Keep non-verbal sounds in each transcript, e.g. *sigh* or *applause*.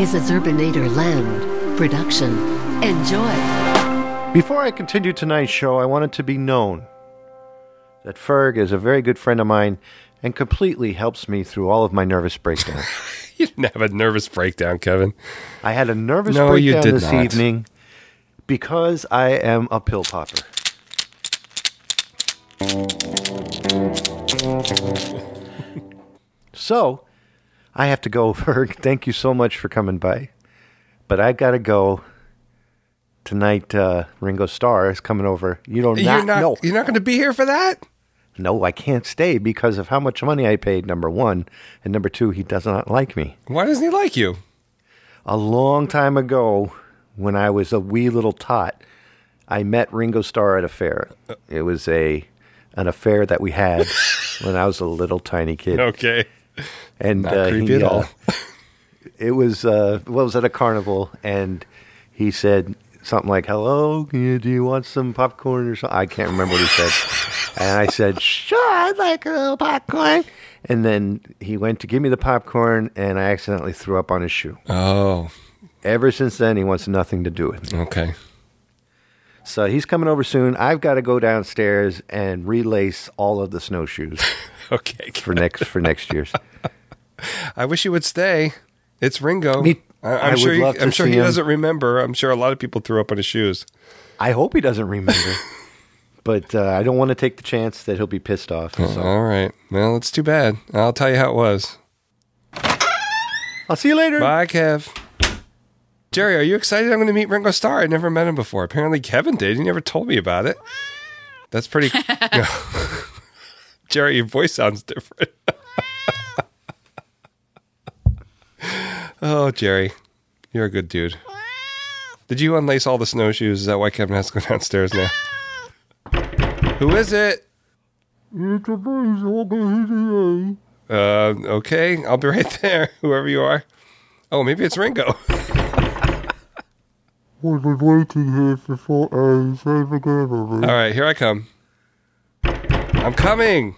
Mrs. Urbanator Land production. Enjoy. Before I continue tonight's show, I want it to be known that Ferg is a very good friend of mine and completely helps me through all of my nervous *laughs* breakdowns. You didn't have a nervous breakdown, Kevin. I had a nervous No, you breakdown did this not. evening because I am a pill *laughs* popper. So, I have to go, *laughs* Ferg. Thank you so much for coming by. But I got to go. Tonight, uh, Ringo Starr is coming over. You don't you're not. know. You're not going to be here for that. No, I can't stay because of how much money I paid, number one. And number two, he does not like me. Why doesn't he like you? A long time ago, when I was a wee little tot, I met Ringo Starr at a fair. It was a an affair that we had when I was a little tiny kid. Okay. and Not uh, creepy he, at uh, all. it was uh, well, it was at a carnival, and he said something like, "Hello, can you- do you want some popcorn or something?" I can't remember what he said, and I said, "Sure, I'd like a little popcorn." And then he went to give me the popcorn, and I accidentally threw up on his shoe. Oh. Ever since then, he wants nothing to do with me. Okay. So he's coming over soon. I've got to go downstairs and relace all of the snowshoes Okay. for next for next year's. I wish you would stay. It's Ringo. Me- I, I I'm would sure. he- love to I'm sure see he him. doesn't remember. I'm sure a lot of people threw up on his shoes. I hope he doesn't remember, but uh, I don't want to take the chance that he'll be pissed off. So All right. Well, it's too bad. I'll tell you how it was. I'll see you later. Bye, Kev. Jerry, are you excited? I'm going to meet Ringo Starr. I never met him before. Apparently, Kevin did. He never told me about it. That's pretty. *laughs* Jerry, your voice sounds different. *laughs* oh, Jerry, you're a good dude. Did you unlace all the snowshoes? Is that why Kevin has to go downstairs now? Who is it? Uh, okay, I'll be right *laughs* there, whoever you are. Oh, maybe it's Ringo. *laughs* We've been waiting here for four hours. Have a good one. All right, here I come. I'm coming.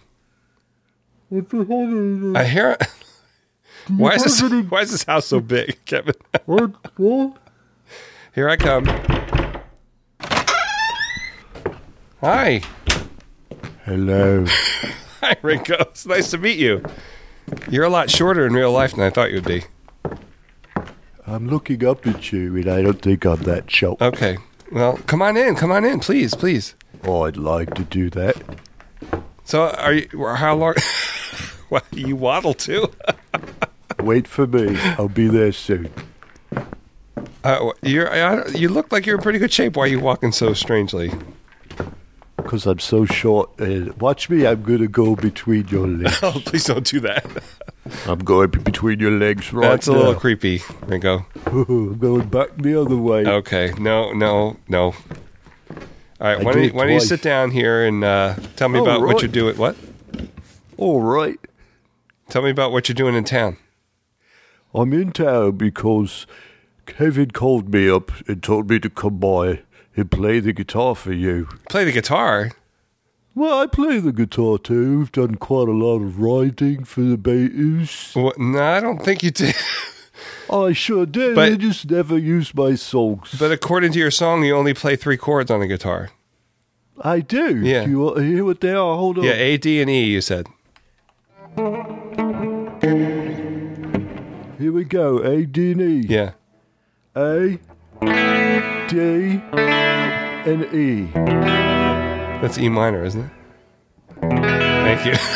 What the hell I hear. *laughs* Why is this? *laughs* have any- Why is this house so big, *laughs* Kevin? is it? What? What? Here I come. Hi, *laughs* *laughs* Hello. hi, Ringo. It's nice to meet you. You're a lot shorter in real life than I thought you'd be. I'm looking up at you, and I don't think I'm that short. Okay. Well, come on in. Come on in, please, please. Oh, I'd like to do that. So, are you? How long? *laughs* well, you waddle too. *laughs* Wait for me. I'll be there soon. Uh, you're. I, you look like you're in pretty good shape. Why are you walking so strangely? Because I'm so short. And watch me. I'm going to go between your legs. *laughs* Oh, please don't do that. *laughs* uh, I'm going between your legs right That's a little creepy, Ringo. *laughs* I'm going back the other way. Okay. No, no, no. All right. Why do don't, you, it why don't you twice. sit down here and uh, tell me Oh, about right. what you're doing? What? All right. Tell me about what you're doing in town. I'm in town because Kevin called me up and told me to come by and play the guitar for you. Play the guitar. Well, I play the guitar too. I've done quite a lot of writing for the Beatles. What? No, I don't think you did. *laughs* I sure did. But- I just never used my songs. But according to your song, you only play three chords on the guitar. I do. Yeah. Do you want to hear what they are? Hold on. Yeah, A, D, and E. You said. Here we go. A, D, and E. Yeah. A, D, and E. That's E minor, isn't it? Thank you. *laughs*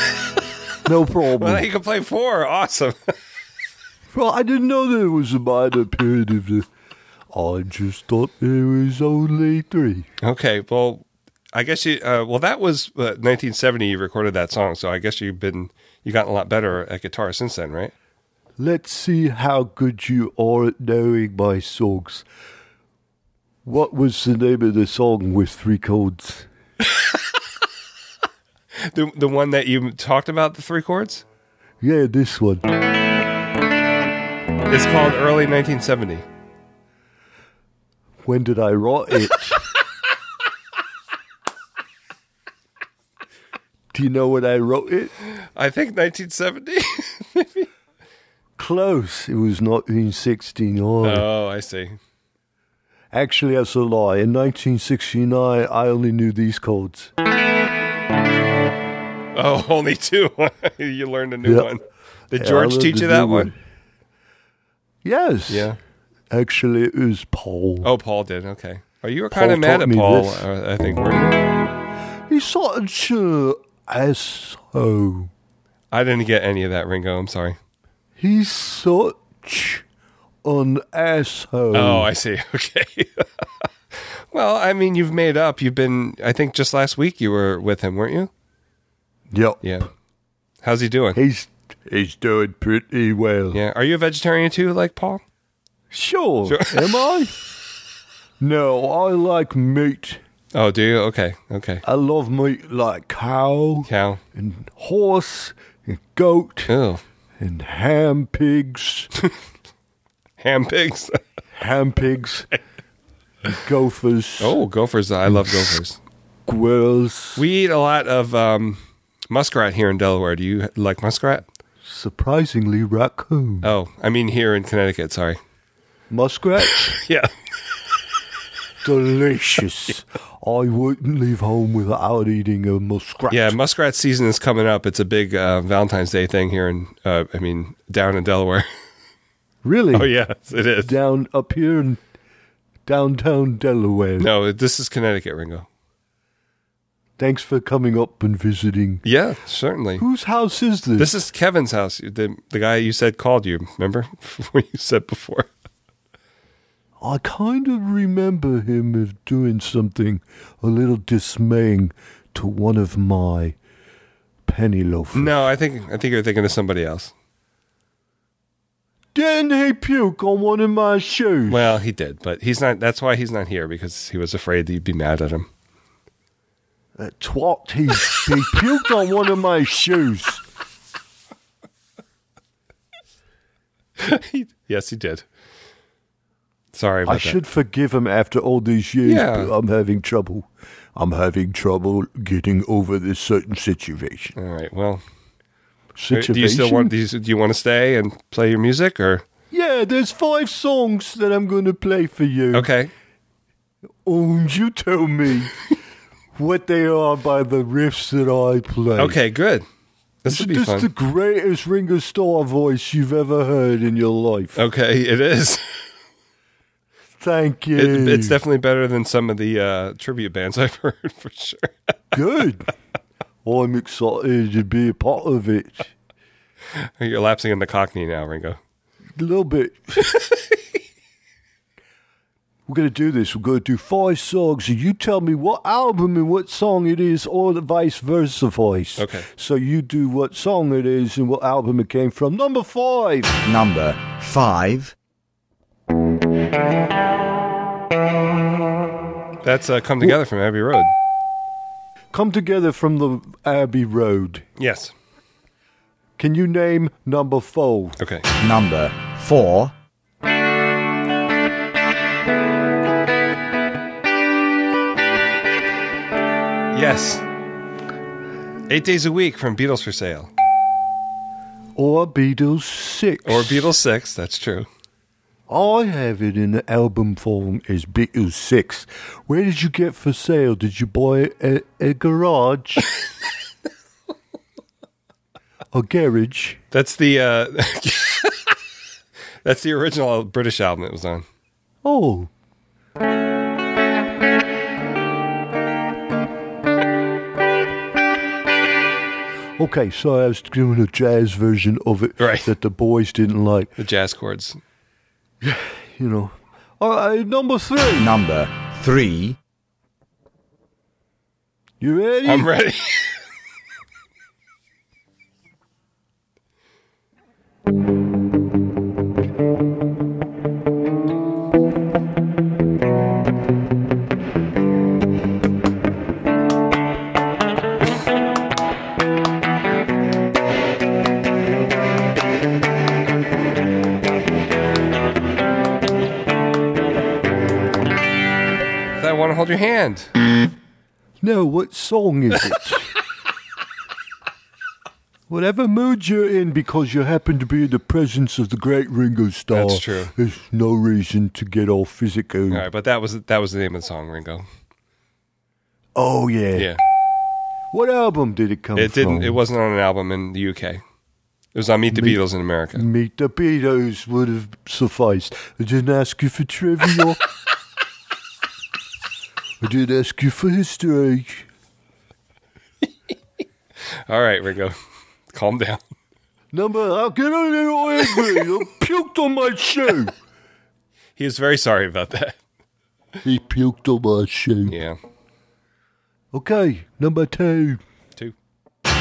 No well, now problem. you can play four. Awesome. *laughs* well, I didn't know there was a minor period of the. I just thought there was only three. okay. Well, I guess you. Uh, well, that was uh, 1970. You recorded that song, so I guess you've been you gotten a lot better at guitar since then, right? Let's see how good you are at knowing my songs. What was the name of the song with three chords? The the one that you talked about, the three chords. Yeah, this one. It's called Early 1970. When did I write it? Do you know when I wrote it? I think 1970. Close. It was 1969. *laughs* Oh, I see. Actually, that's a lie. In 1969, I only knew these codes. Oh, *laughs* only two. you learned a new Yeah. one. Did Yeah, I George learned teach a you new that one. one? Yes. Yeah. Actually, it was Paul. Oh, Paul did. Okay. Are you were kind of Paul mad taught at me Paul? this. uh, I think. Weren't you? Oh. He's such a asshole. I didn't get any of that, Ringo. I'm sorry. He's such an asshole. Oh, I see. *laughs* Okay. well, I mean, you've made up. You've been. I think just last week you were with him, weren't you? yep. Yeah. How's he doing? He's he's doing pretty well. Yeah. Are you a vegetarian too, like Paul? Sure. Am I? *laughs* No, I like meat. Oh, do you? Okay. Okay. I love meat like cow Cow. and horse and goat Oh, and ham *laughs* pigs, ham pigs. *laughs* ham pigs, and gophers, oh, gophers. I love gophers. squirrels. We eat a lot of um, muskrat here in Delaware. Do you like muskrat? Surprisingly, raccoon, Oh, I mean here in Connecticut. Sorry. muskrat, *laughs* Yeah. delicious. I wouldn't leave home without eating a muskrat. Yeah, muskrat season is coming up. It's a big uh, Valentine's Day thing here in, uh, I mean, down in Delaware. really. oh, yes, it *laughs* is. down up here in downtown Delaware. No, this is Connecticut, Ringo. Thanks for coming up and visiting. Yeah, certainly. Whose house is this? This is Kevin's house. The the guy you said called you. Remember *laughs* what you said before? I kind of remember him as doing something a little dismaying to one of my penny loafers. No, I think I think you're thinking of somebody else. Then he puke on one of my shoes. Well, he did, but he's not. That's why he's not here because he was afraid that you'd be mad at him. *laughs* That Uh, twat, he, he puked on one of my shoes. yes, he did. Sorry about I that. should forgive him after all these years, Yeah. but I'm having trouble. I'm having trouble getting over this certain situation. All right. Well, situation. do you still want these? Do you want to stay and play your music or? Yeah, there's five songs that I'm going to play for you. Okay. And you tell me what they are by the riffs that I play. Okay. Good. This This would be is fun. the greatest Ringo Starr voice you've ever heard in your life. Okay, it is. *laughs* Thank you. It, it's *laughs* definitely better than some of the uh, tribute bands I've *laughs* heard for sure. good. I'm excited to be a part of it. You're lapsing into Cockney now, Ringo. A little *laughs* bit. We're going to do this. We're going to do five songs, and you tell me what album and what song it is, or the vice versa voice. Okay. So you do what song it is and what album it came from. Number five. Number 5. That's uh, come together from Abbey Road. Come Together from the Abbey Road. Yes. Can you name number four? Okay. Number 4. Yes. Eight days a week from Beatles for Sale Or Beatles six? or Beatles Six. That's true. I have it in the album form as Beatles six. Where did you get for sale? Did you buy a, a garage? *laughs* a garage? That's the uh, *laughs* that's the original British album it was on. Oh. Okay, so I was doing a jazz version of it Right. that the boys didn't like, The jazz chords. you know. All right, number three. Number 3. You ready? I'm ready. I want to hold your hand. *laughs* No, what song is it? Whatever mood you're in, because you happen to be in the presence of the great Ringo Starr, That's true. There's no reason to get all physical. All right, but that was that was the name of the song, Ringo. Oh yeah. Yeah, What album did it come it from? didn't. It wasn't on an album in the UK. It was on Meet the Beatles in America. Meet the Beatles would have sufficed. I didn't ask you *laughs* for trivia. I did ask you for history. All right, Ringo, *laughs* calm down. Number, I'll get a little *laughs* angry. I puked on my shoe. He was very sorry about that. He puked on my shoe. Yeah, Okay, number two. two.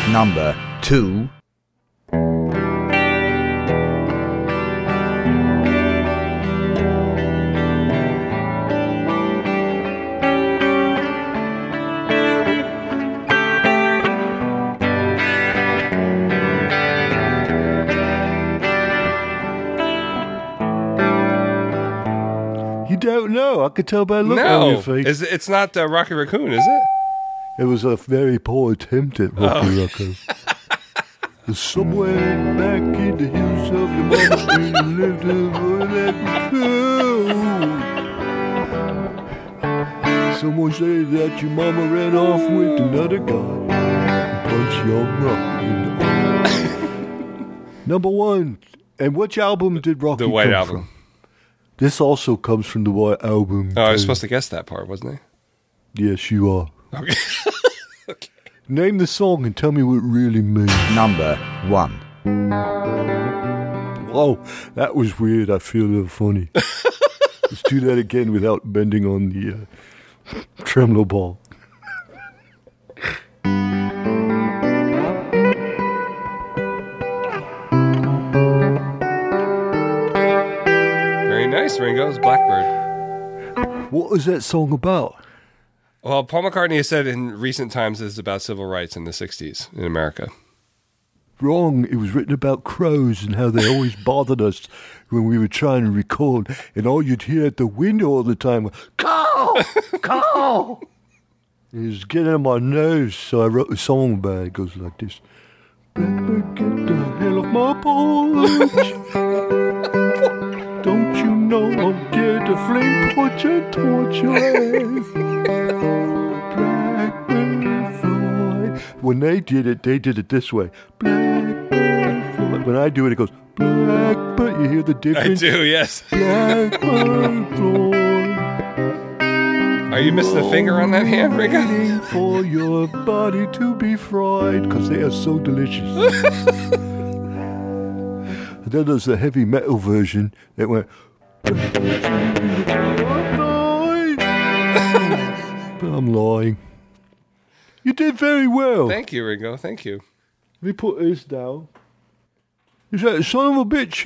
number 2, You don't know. I could tell by the look on no, your face. is, it- it's not uh, Rocky Raccoon, is it? It was a very poor attempt at Oh. Rocky Rocco. Somewhere back in the hills of your mama's we lived a raccoon. Someone said that your mama ran off with another guy and punched your rock in the arm. *laughs* Number one. And which album did Rocky The White come Album. from? This also comes from the White Album. Oh, I was too. supposed to guess that part, wasn't Yes, you are. I? Okay. Name the song and tell me what it really means. number 1, Whoa, that was weird. I feel a little funny. Let's do that again without bending on the uh, tremolo ball. Very nice, Ringo. It's Blackbird. What was that song about? Well, Paul McCartney has said in recent times is about civil rights in the 60s in *laughs* America. Wrong. It was written about crows and how they always bothered us when we were trying to record, and all you'd hear at the window all the time was, Call! Call! it was getting on my nerves, so I wrote a song about it. It goes like this. Blackbird, get the hell off my porch. Don't you know I'm dead to flame porch and torch your ass? Blackbird fly. When they did it, they did it this way. Blackbird fly. When I do it, it goes blackbird. You hear the I difference? do, yes. Blackbird fly. Are you missing a finger on that hand, *laughs* Ringo? Waiting for your body to be fried because they are so delicious. *laughs* And then there's the heavy metal version that went. but I'm lying. You did very well. Thank you, Ringo. Thank you. *laughs* Let me put this down. Is that son of a bitch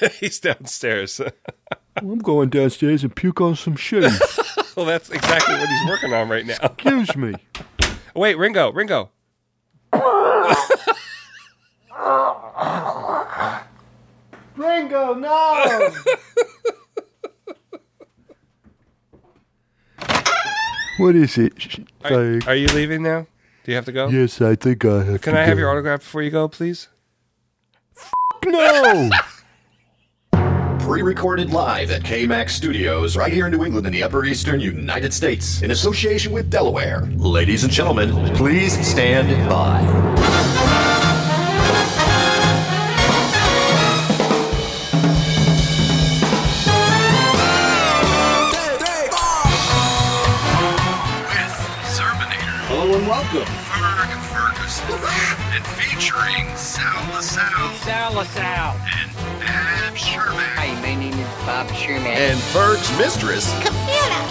*laughs* here? He's downstairs. *laughs* I'm going downstairs and puke on some shoes. well, that's exactly what he's working on right now. *laughs* Excuse me. Wait, Ringo, Ringo. Ringo, no! what is it? sh- Are, thing? are you leaving now? Do you have to go? yes, I think I have. Can to I have go. your autograph before you go, please? No! Pre-recorded live at KMAX Studios right here in New England in the Upper Eastern United States in association with Delaware. Ladies and gentlemen, please stand by. with Zerbinator. Hello and welcome. Ferg Ferguson. and featuring Sal LaSalle. Sal LaSalle. And Bab Sherman. Hi, my name is Bob Sherman. And Ferg's mistress,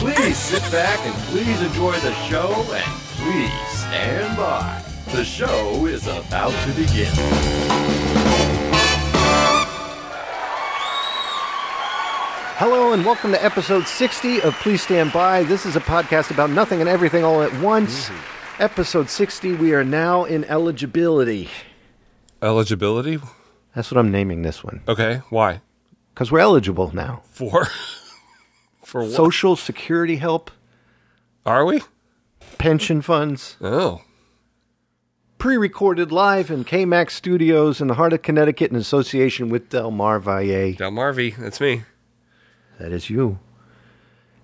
Please sit back and please enjoy the show and please stand by. The show is about to begin. Hello and welcome to episode 60 of Please Stand By. This is a podcast about nothing and everything all at once. Mm-hmm. Episode 60, we are now in eligibility. Eligibility? That's what I'm naming this one. Okay. Why? Because we're eligible now. For? *laughs* For what? Social security help, Are we? pension funds, Oh. pre-recorded live in KMAX Studios in the heart of Connecticut in association with Del Mar Valle. Del Marvey, that's me. That is you.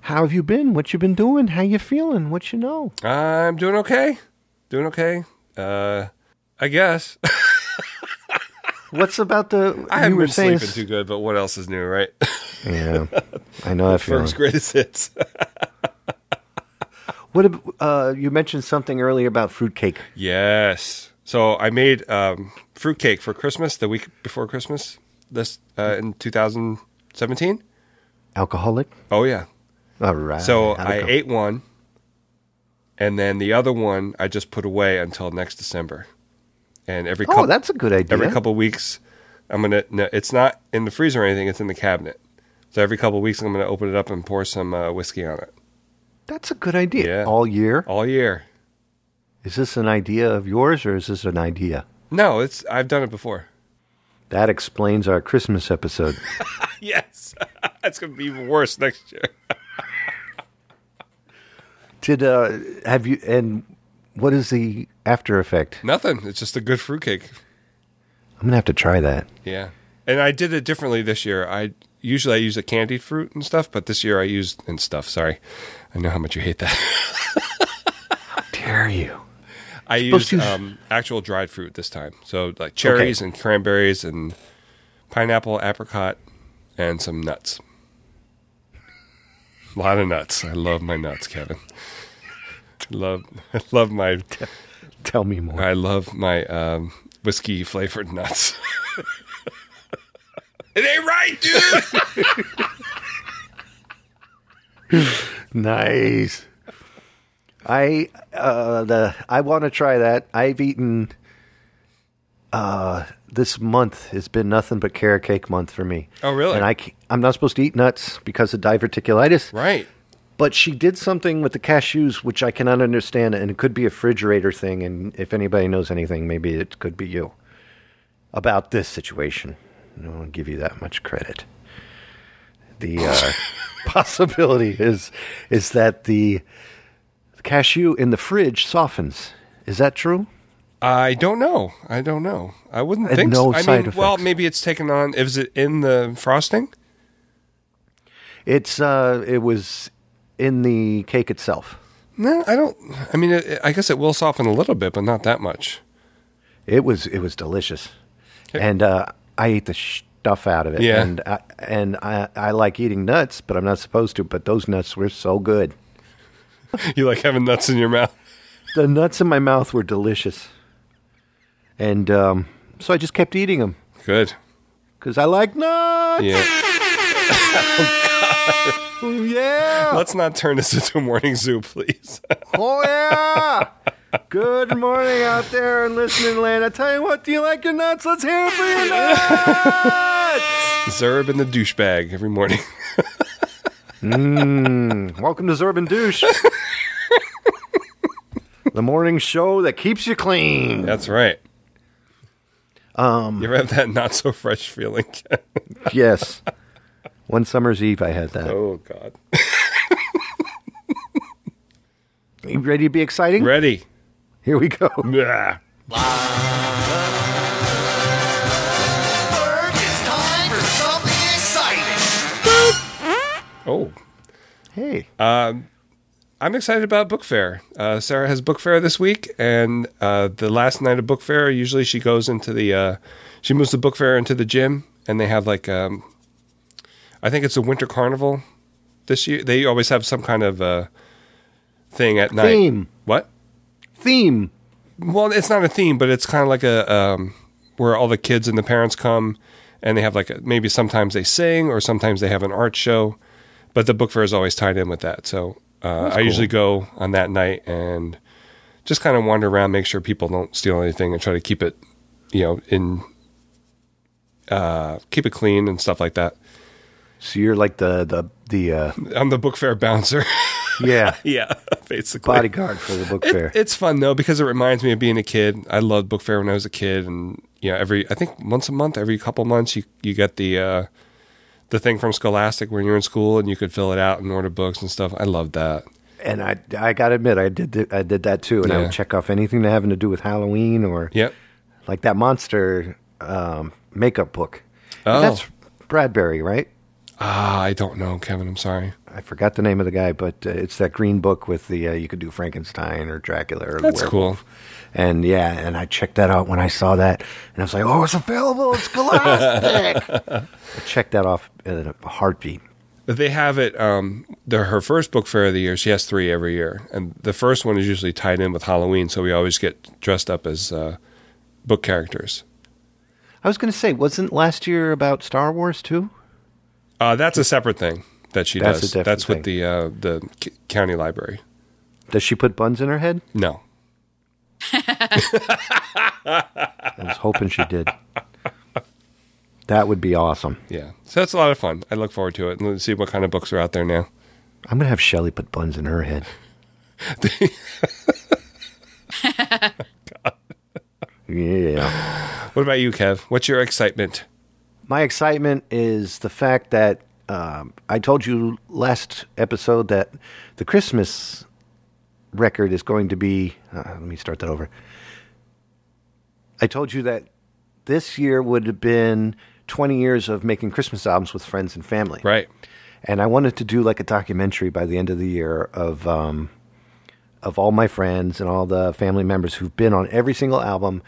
How have you been? What you been doing? How you feeling? What you know? I'm doing okay. Doing okay. Uh, I guess. *laughs* What's about the? I you haven't were been saying sleeping too good, but what else is new, right? Yeah, I know that feeling. *laughs* First greatest hits. What ab- uh, you mentioned something earlier about fruitcake? Yes. So I made um, fruitcake for Christmas the week before Christmas this uh, in 2017. Alcoholic. Oh yeah. All right. So How'd it I go? ate one, and then the other one I just put away until next December. And every Oh, couple, that's a good idea. every couple weeks, I'm gonna. No, it's not in the freezer or anything. It's in the cabinet. So every couple weeks, I'm gonna open it up and pour some uh, whiskey on it That's a good idea. Yeah. All year. all year. Is this an idea of yours or is this an idea? No, it's I've done it before. That explains our Christmas episode. Yes, *laughs* that's gonna be even worse next year. Did uh have you and what is the after effect? Nothing. It's just a good fruitcake. I'm gonna have to try that. Yeah. And I did it differently this year. I usually I use a candied fruit and stuff, but this year I used and stuff. Sorry, I know how much you hate that. *laughs* Dare you? I Supposed used to- um, actual dried fruit this time, so like cherries and cranberries and pineapple, apricot, and some nuts. *laughs* A lot of nuts. I love my nuts, Kevin. *laughs* Love, *laughs* I love my, Tell me more. I love my um, whiskey flavored nuts. *laughs* it ain't right, dude. Nice. I uh the I want to try that. I've eaten uh this month has been nothing but carrot cake month for me. Oh, really? And I ca- I'm not supposed to eat nuts because of diverticulitis. right. But she did something with the cashews, which I cannot understand, and it could be a refrigerator thing. And if anybody knows anything, maybe it could be you about this situation. No one give you that much credit. The uh, possibility is is that the cashew in the fridge softens. Is that true? I don't know. I don't know. I wouldn't And think. no so. I side mean, well, effects. maybe it's taken on. Is it in the frosting? It's uh, it was in the cake itself. No, I don't. I mean, it, I guess it will soften a little bit, but not that much. *laughs* It was it was delicious, Okay. and uh, I ate the stuff out of it. Yeah. and I, and I I like eating nuts, but I'm not supposed to. But those nuts were so good. You like having nuts in your mouth? The nuts in my mouth were delicious, and um, so I just kept eating them Good. because I like nuts. *laughs* Yeah. Oh, yeah, Let's not turn this into a morning zoo, please. *laughs* oh yeah. *laughs* Good morning out there in listening land. I tell you what, do you like your nuts? Let's hear it for your nuts. Zerb and the douchebag every morning. *laughs* Welcome to Zurban *laughs* Douche. the morning show that keeps you clean. That's right. Um, you ever have that not so fresh feeling? *laughs* Yes. One summer's eve, I had that. oh God. You ready to be exciting? Ready? Here we go. Yeah. It's time for something exciting. Oh. Hey. Uh, I'm excited about book fair. Uh, Sarah has book fair this week, and uh, the last night of book fair, usually she goes into the, uh, she moves the book fair into the gym, and they have like, um, I think it's a winter carnival this year. They always have some kind of uh, thing at night. Theme. What? Theme. Well, it's not a theme, but it's kind of like a um, where all the kids and the parents come, and they have like a, maybe sometimes they sing or sometimes they have an art show, but the book fair is always tied in with that. So uh, I usually go on that night and just kind of wander around, make sure people don't steal anything, and try to keep it, you know, in uh, keep it clean and stuff like that. So you're like the the the *laughs* uh, I'm the book fair bouncer. *laughs* yeah yeah, *laughs* basically bodyguard for the book It- fair. It's fun though because it reminds me of being a kid. I loved book fair when I was a kid, and you know, every I think once a month, every couple months, you you get the uh, the thing from Scholastic when you're in school, and you could fill it out and order books and stuff. I loved that. and I, I gotta admit, I did, th- I did that too, and I Yeah. would check off anything that having to do with Halloween or Yep. like that monster um, makeup book. Oh. That's Bradbury, right? Ah, I don't know, Kevin. I'm sorry. I forgot the name of the guy, but uh, it's that green book with the uh, you could do Frankenstein or Dracula or That's werewolf. And yeah, and I checked that out when I saw that, and I was like, "Oh, it's available! It's Scholastic." I checked that off in a heartbeat. They have it. Um, the, her first book fair of the year. She has three every year, and the first one is usually tied in with Halloween, so we always get dressed up as uh, book characters. I was going to say, wasn't last year about Star Wars too? Uh, that's a separate thing that she That's a does. different that's thing. with the uh, the c- county library. Does she put buns in her head? No, I was hoping she did. That would be awesome. yeah. So that's a lot of fun. I look forward to it and let's see what kind of books are out there now. *laughs* I'm going to have Shelly put buns in her head. yeah. What about you, Kev? What's your excitement? My excitement is the fact that um, I told you last episode that the Christmas record is going to be. Uh, let me start that over. I told you that this year would have been 20 years of making Christmas albums with friends and family. Right. And I wanted to do like a documentary by the end of the year of um, of all my friends and all the family members who've been on every single album.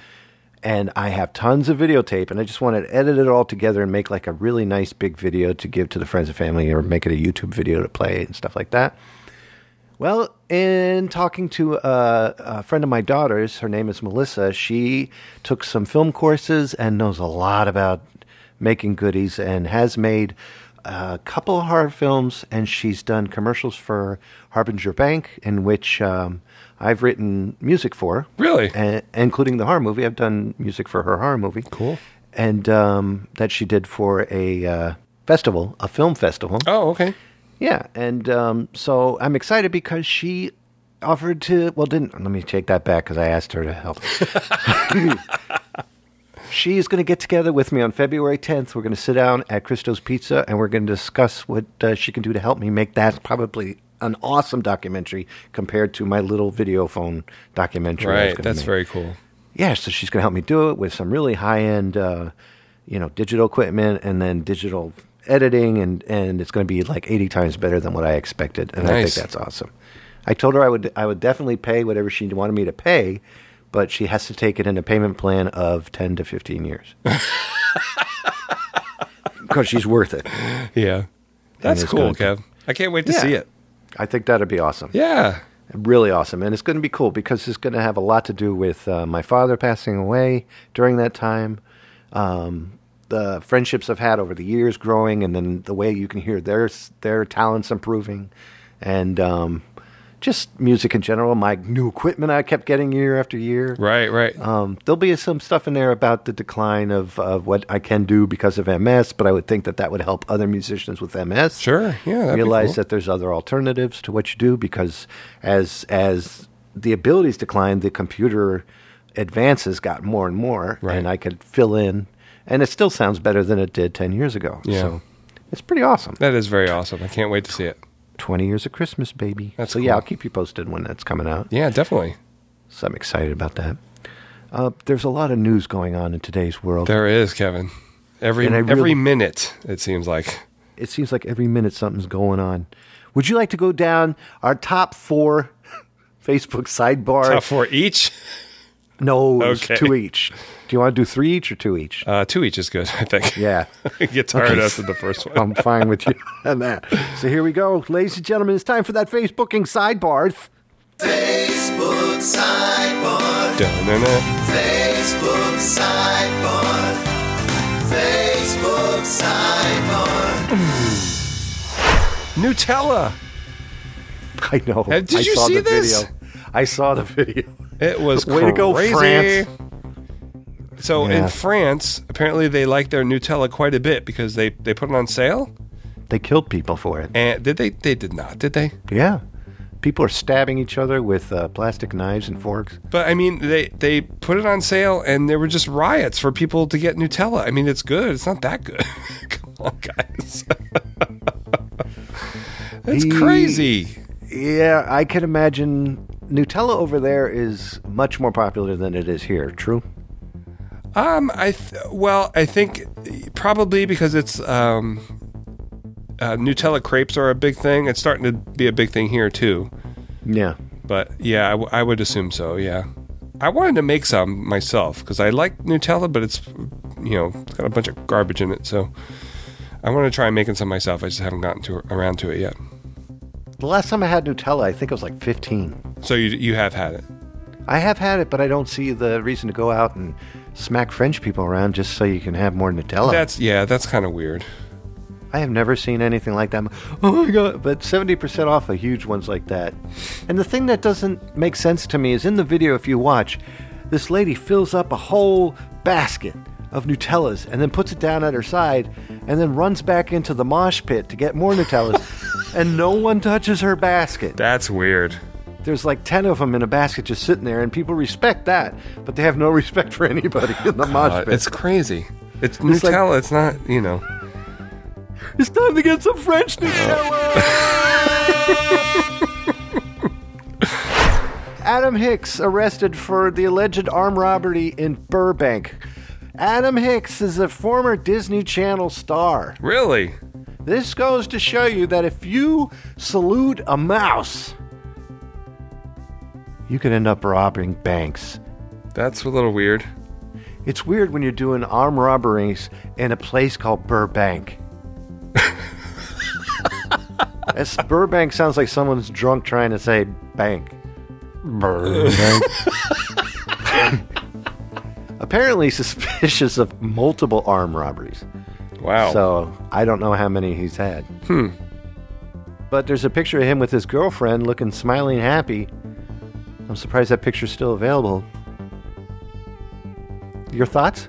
And I have tons of videotape, and I just wanted to edit it all together and make like a really nice big video to give to the friends and family, or make it a YouTube video to play and stuff like that. Well, in talking to a, a friend of my daughter's, her name is Melissa. She took some film courses and knows a lot about making goodies and has made a couple of horror films. And she's done commercials for Harbinger Bank, in which um, I've written music for. Really? A- including the horror movie. I've done music for her horror movie. Cool. And um, that she did for a uh, festival, a film festival. Oh, okay. Yeah, and um, so I'm excited because she offered to. Well, didn't let me take that back because I asked her to *laughs* help. she is going to get together with me on February 10th. We're going to sit down at Christo's Pizza and we're going to discuss what uh, she can do to help me make that probably an awesome documentary compared to my little video phone documentary. I was Right. gonna That's make very cool. yeah, so she's going to help me do it with some really high end, uh, you know, digital equipment and then digital editing, and and it's going to be like eighty times better than what I expected, and I think Nice. that's awesome. I told her I would I would definitely pay whatever she wanted me to pay, but she has to take it in a payment plan of ten to fifteen *laughs* years because she's worth it. Yeah. That's it's cool, good to- Kev. I can't wait to Yeah. see it. I think that'd be awesome. Yeah. really awesome and it's going to be cool because it's going to have a lot to do with uh, my father passing away during that time um, the friendships i've had over the years growing and then the way you can hear their their talents improving and um, just music in general my new equipment i kept getting year after year Right, right. um, there'll be some stuff in there about the decline of, of what I can do because of MS, but I would think that that would help other musicians with MS. Sure. Yeah, that'd be realize cool. that there's other alternatives to what you do because as as the abilities decline, the computer advances got more and more, Right. and I could fill in, and it still sounds better than it did ten years ago. Yeah. So it's pretty awesome. that is very awesome. I can't wait to see it. Twenty years of Christmas, baby. That's so yeah, cool. I'll keep you posted when that's coming out. Yeah, definitely. So I'm excited about that. Uh, there's a lot of news going on in today's world. There is, Kevin. Every And I really- every minute, it seems like. it seems like every minute something's going on. Would you like to go down our top four *laughs* Facebook sidebar? Top four each? No, it's Okay. two each. Do you want to do three each or two each? Uh, two each is good, *laughs* I think. Yeah. *laughs* Get tired Okay. after the first one. I'm *laughs* fine with you on that. So here we go, ladies and gentlemen. It's time for that Facebooking sidebar. *laughs* Facebook sidebar. Dun-dun-dun. Facebook sidebar. Facebook sidebar. Nutella. I know. Uh, did I you saw see the this? Video. I saw the video. It was Way to go, crazy. France. So Yeah. in France, apparently they like their Nutella quite a bit because they, they put it on sale. They killed people for it. And did they? They did not, did they? Yeah. People are stabbing each other with uh, plastic knives and forks. But I mean, they they put it on sale, and there were just riots for people to get Nutella. I mean, it's good. It's not that good. *laughs* Come on, guys. *laughs* That's He- crazy. Yeah, I can imagine Nutella over there is much more popular than it is here. True. Um, I th- well, I think probably because it's um, uh, Nutella crepes are a big thing. It's starting to be a big thing here too. Yeah. But yeah, I, w- I would assume so. Yeah, I wanted to make some myself because I like Nutella, but it's you know it's got a bunch of garbage in it, so I want to try making some myself. I just haven't gotten to around to it yet. The last time I had Nutella, I think I was like 15. So you you have had it. I have had it, but I don't see the reason to go out and smack French people around just so you can have more Nutella. That's yeah, that's kind of weird. I have never seen anything like that. Oh my god! But seventy percent off of huge ones like that. And the thing that doesn't make sense to me is in the video. If you watch, this lady fills up a whole basket of Nutellas and then puts it down at her side, and then runs back into the mosh pit to get more Nutellas, and no one touches her basket. That's weird. There's like ten of them in a basket just sitting there, and people respect that, but they have no *laughs* respect for anybody in the Uh, mosh pit. it's crazy. It's It's like- Nutella. it's not you know. It's time to get some French Oh. Nutella. *laughs* Adam Hicks arrested for the alleged armed robbery in Burbank. Adam Hicks is a former Disney Channel star. Really? This goes to show you that if you salute a mouse, you could end up robbing banks. That's a little weird. It's weird when you're doing armed robberies in a place called Burbank. That's, Burbank sounds like someone's drunk trying to say bank. Burbank. *laughs* Apparently suspicious of multiple armed robberies. Wow. So I don't know how many he's had. Oh. Hmm. But there's a picture of him with his girlfriend looking smiling happy. I'm surprised that picture's still available. Your thoughts?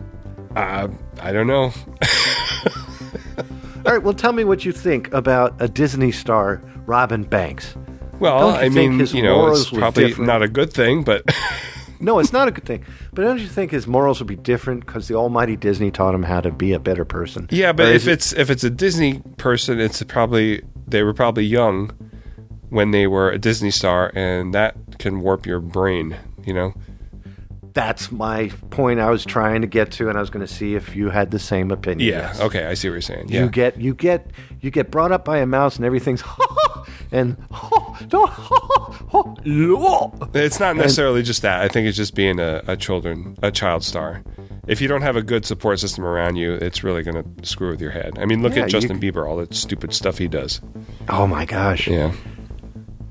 Uh, I don't know. All right, well, tell me what you think about a Disney star, Robin Banks. Well, Don't you I think mean, his you know, morals it's were probably different? not a good thing, but *laughs* No, it's not a good thing. But don't you think his morals would be different because the almighty Disney taught him how to be a better person? yeah. But Or if is it- it's if it's a Disney person, it's probably they were probably young when they were a Disney star, and that can warp your brain. You know, That's my point I was trying to get to, and I was going to see if you had the same opinion. yeah. Yes. Okay, I see what you're saying. Yeah, You get you get you get brought up by a mouse and everything's *laughs* and *laughs* don't it's not necessarily just that. I think it's just being a, a children a child star. If you don't have a good support system around you, it's really going to screw with your head. I mean, look Yeah, at you Justin Bieber, all that stupid stuff he does. Oh my gosh. Yeah,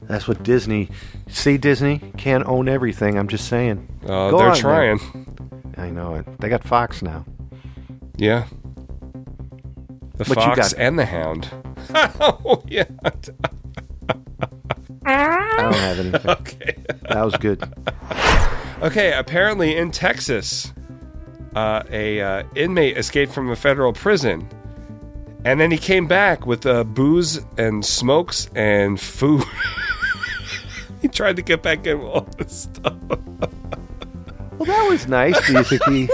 That's what Disney see Disney can't own everything, I'm just saying. uh, Go they're on, man. trying. I know it. They got Fox now. Yeah. The What you got? fox and the hound. *laughs* oh yeah. *laughs* I don't have anything. Okay. That was good. Okay. Apparently, in Texas, uh, a uh, inmate escaped from a federal prison, and then he came back with uh, booze and smokes and food. *laughs* he tried to get back in with all this stuff. Well, that was nice. Do you think he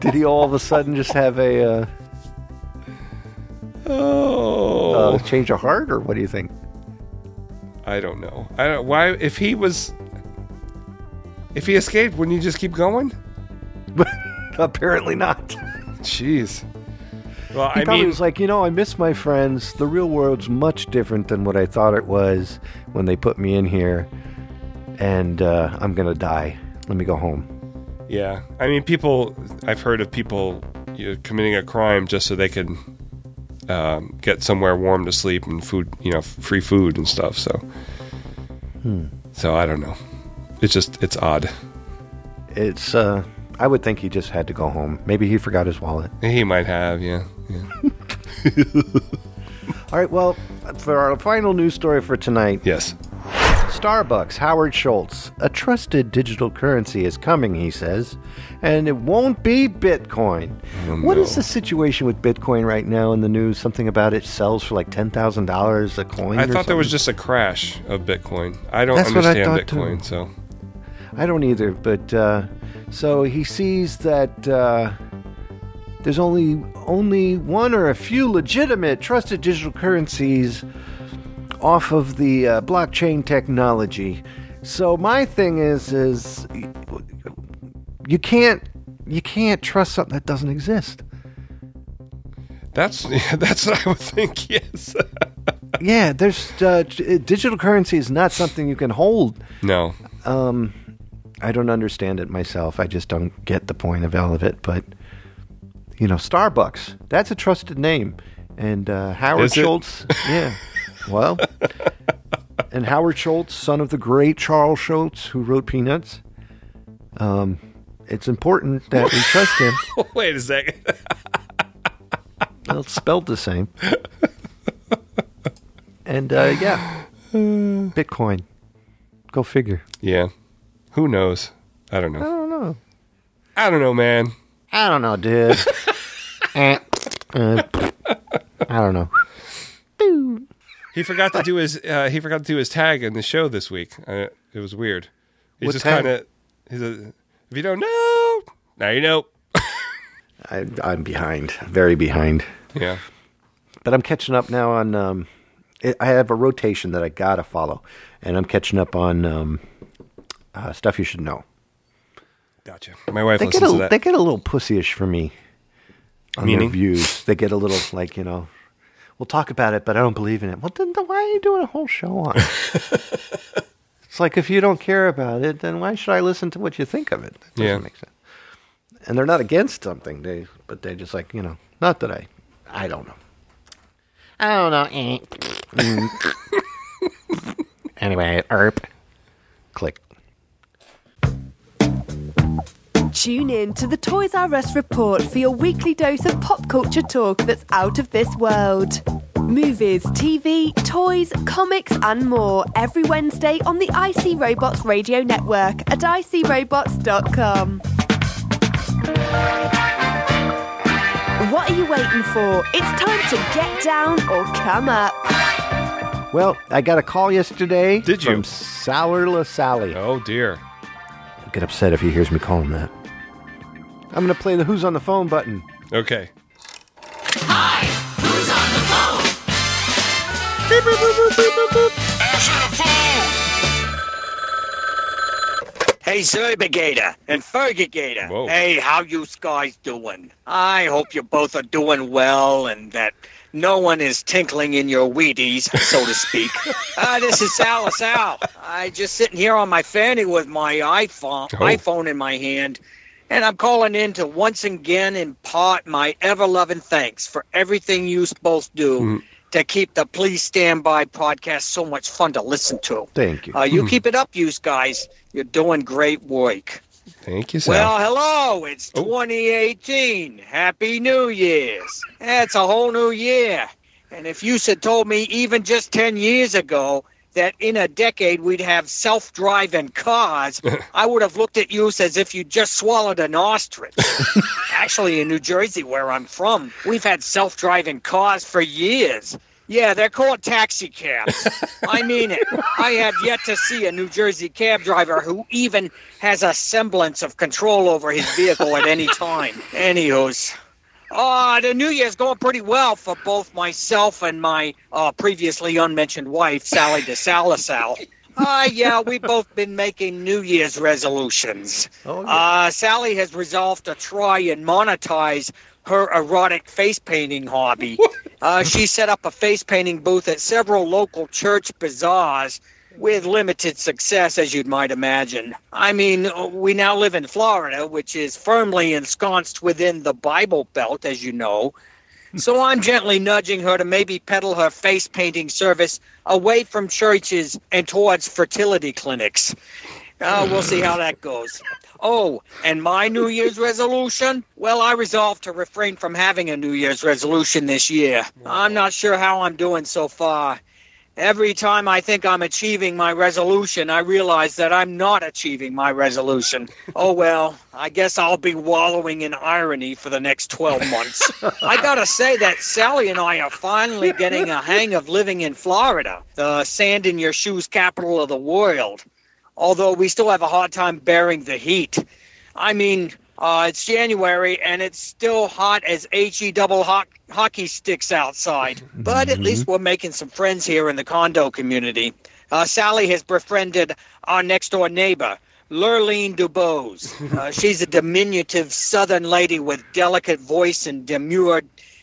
did? He all of a sudden just have a uh, Oh. uh, change of heart, or what do you think? I don't know. I don't. Why? If he was, if he escaped, wouldn't you just keep going? Apparently not. Jeez. Well, He I probably mean, was like, you know, I miss my friends. The real world's much different than what I thought it was when they put me in here, and uh, I'm gonna die. Let me go home. Yeah, I mean, people. I've heard of people you know, committing a crime just so they can um, get somewhere warm to sleep and food, you know, f- free food and stuff. So, Hmm. so I don't know. It's just it's odd. It's. Uh, I would think he just had to go home. Maybe he forgot his wallet. He might have, yeah. yeah. All right. Well, for our final news story for tonight, Yes. Starbucks, Howard Schultz. A trusted digital currency is coming, he says, and it won't be Bitcoin. Oh, What is the situation with Bitcoin right now in the news? Something about it sells for like $10,000 a coin? I or thought there was something? just a crash of Bitcoin. I don't That's what I understand thought, too. Bitcoin, so I don't either, but uh, so he sees that. Uh, there's only only one or a few legitimate trusted digital currencies off of the uh, blockchain technology. So my thing is, is you can't you can't trust something that doesn't exist. That's *laughs* yeah, that's what I would think. *laughs* Yes. Yeah, there's uh, d- digital currency is not something you can hold. no. I don't understand it myself. I just don't get the point of all of it. But you know, Starbucks that's a trusted name, and uh, Howard Is it? Schultz. Yeah, well, and Howard Schultz, son of the great Charles Schultz, who wrote Peanuts. Um, it's important that we trust *laughs* him. *laughs* Wait *laughs* a second. Well, it's spelled the same. And uh, *sighs* yeah, Bitcoin. Go figure. Yeah. Who knows? I don't I know. don't know. I don't know, man. I don't know, *laughs* dude. Eh, eh, I don't know. He forgot to do his uh, he forgot to do his tag in the show this week. Uh, it was weird. He's What just tag? kind of he's a, if you don't know, now you know. I, I'm behind, very behind. Yeah. But I'm catching up now on. Um, it, I have a rotation that I gotta follow, and I'm catching up on um, uh, stuff you should know. Gotcha. My wife They get listens to a that. they get a little pussyish for me. On their Meaning? views, they get a little like you know. We'll talk about it, but I don't believe in it. Well, then, then why are you doing a whole show on? it? *laughs* it's like if you don't care about it, then why should I listen to what you think of it? That doesn't Yeah. make sense. And they're not against something, they but they just like you know, not that I, I don't know. I don't know. eh. *laughs* Mm. anyway, erp. Click. Tune in to the Toys R Us report for your weekly dose of pop culture talk that's out of this world. Movies, TV, toys, comics, and more every Wednesday on the IC Robots Radio Network at icrobots.com. What are you waiting for? It's time to get down or come up. Well, I got a call yesterday. Did you? From Sour La Sally. oh dear. get upset if he hears me call him that. I'm gonna play the Who's on the Phone button. Okay. Hey, Zerbigator and Fergigator. Whoa. Hey, how you guys doing? I hope you both are doing well and that no one is tinkling in your Wheaties, so to *laughs* speak. uh, this is Sal Sal. I just sitting here on my fanny with my iPhone, Oh. iPhone in my hand, and I'm calling in to once again impart my ever-loving thanks for everything you both do Mm. to keep the Please Stand By podcast so much fun to listen to. Thank you. Uh, you keep it up, you guys. You're doing great work. Thank you, Sal. Well, hello. It's Oh. 2018. Happy New Year's. That's a whole new year. And if you had told me even just 10 years ago that in a decade we'd have self driving cars, I would have looked at you as if you just swallowed an ostrich. Actually, in New Jersey, where I'm from, we've had self driving cars for years. Yeah, they're called taxi cabs. I mean it. I have yet to see a New Jersey cab driver who even has a semblance of control over his vehicle at any time. Anywho's. Uh, the new year's going pretty well for both myself and my uh, previously unmentioned wife, Sally *laughs* DeSalasal. Uh, yeah, we've both been making New Year's resolutions. Oh, yeah. uh, Sally has resolved to try and monetize her erotic face *laughs* painting hobby. Uh, she set up a face painting booth at several local church bazaars with limited success, as you might imagine. I mean, uh, we now live in Florida, which is firmly ensconced within the Bible Belt, as you know. So I'm gently nudging her to maybe peddle her face painting service away from churches and towards fertility clinics. Uh, we'll see how that goes. Oh, and my New Year's resolution? Well, I resolved to refrain from having a New Year's resolution this year. I'm not sure how I'm doing so far. Every time I think I'm achieving my resolution, I realize that I'm not achieving my resolution. Oh well, I guess I'll be wallowing in irony for the next 12 months. I gotta say that Sally and I are finally getting a hang of living in Florida, the sand in your shoes capital of the world although we still have a hard time bearing the heat. I mean, Uh, it's January and it's still hot as he double ho- hockey sticks outside. But at least we're making some friends here in the condo community. Uh, Sally has befriended our next door neighbor, Lurline Dubose. Uh, she's a diminutive Southern lady with delicate voice and demure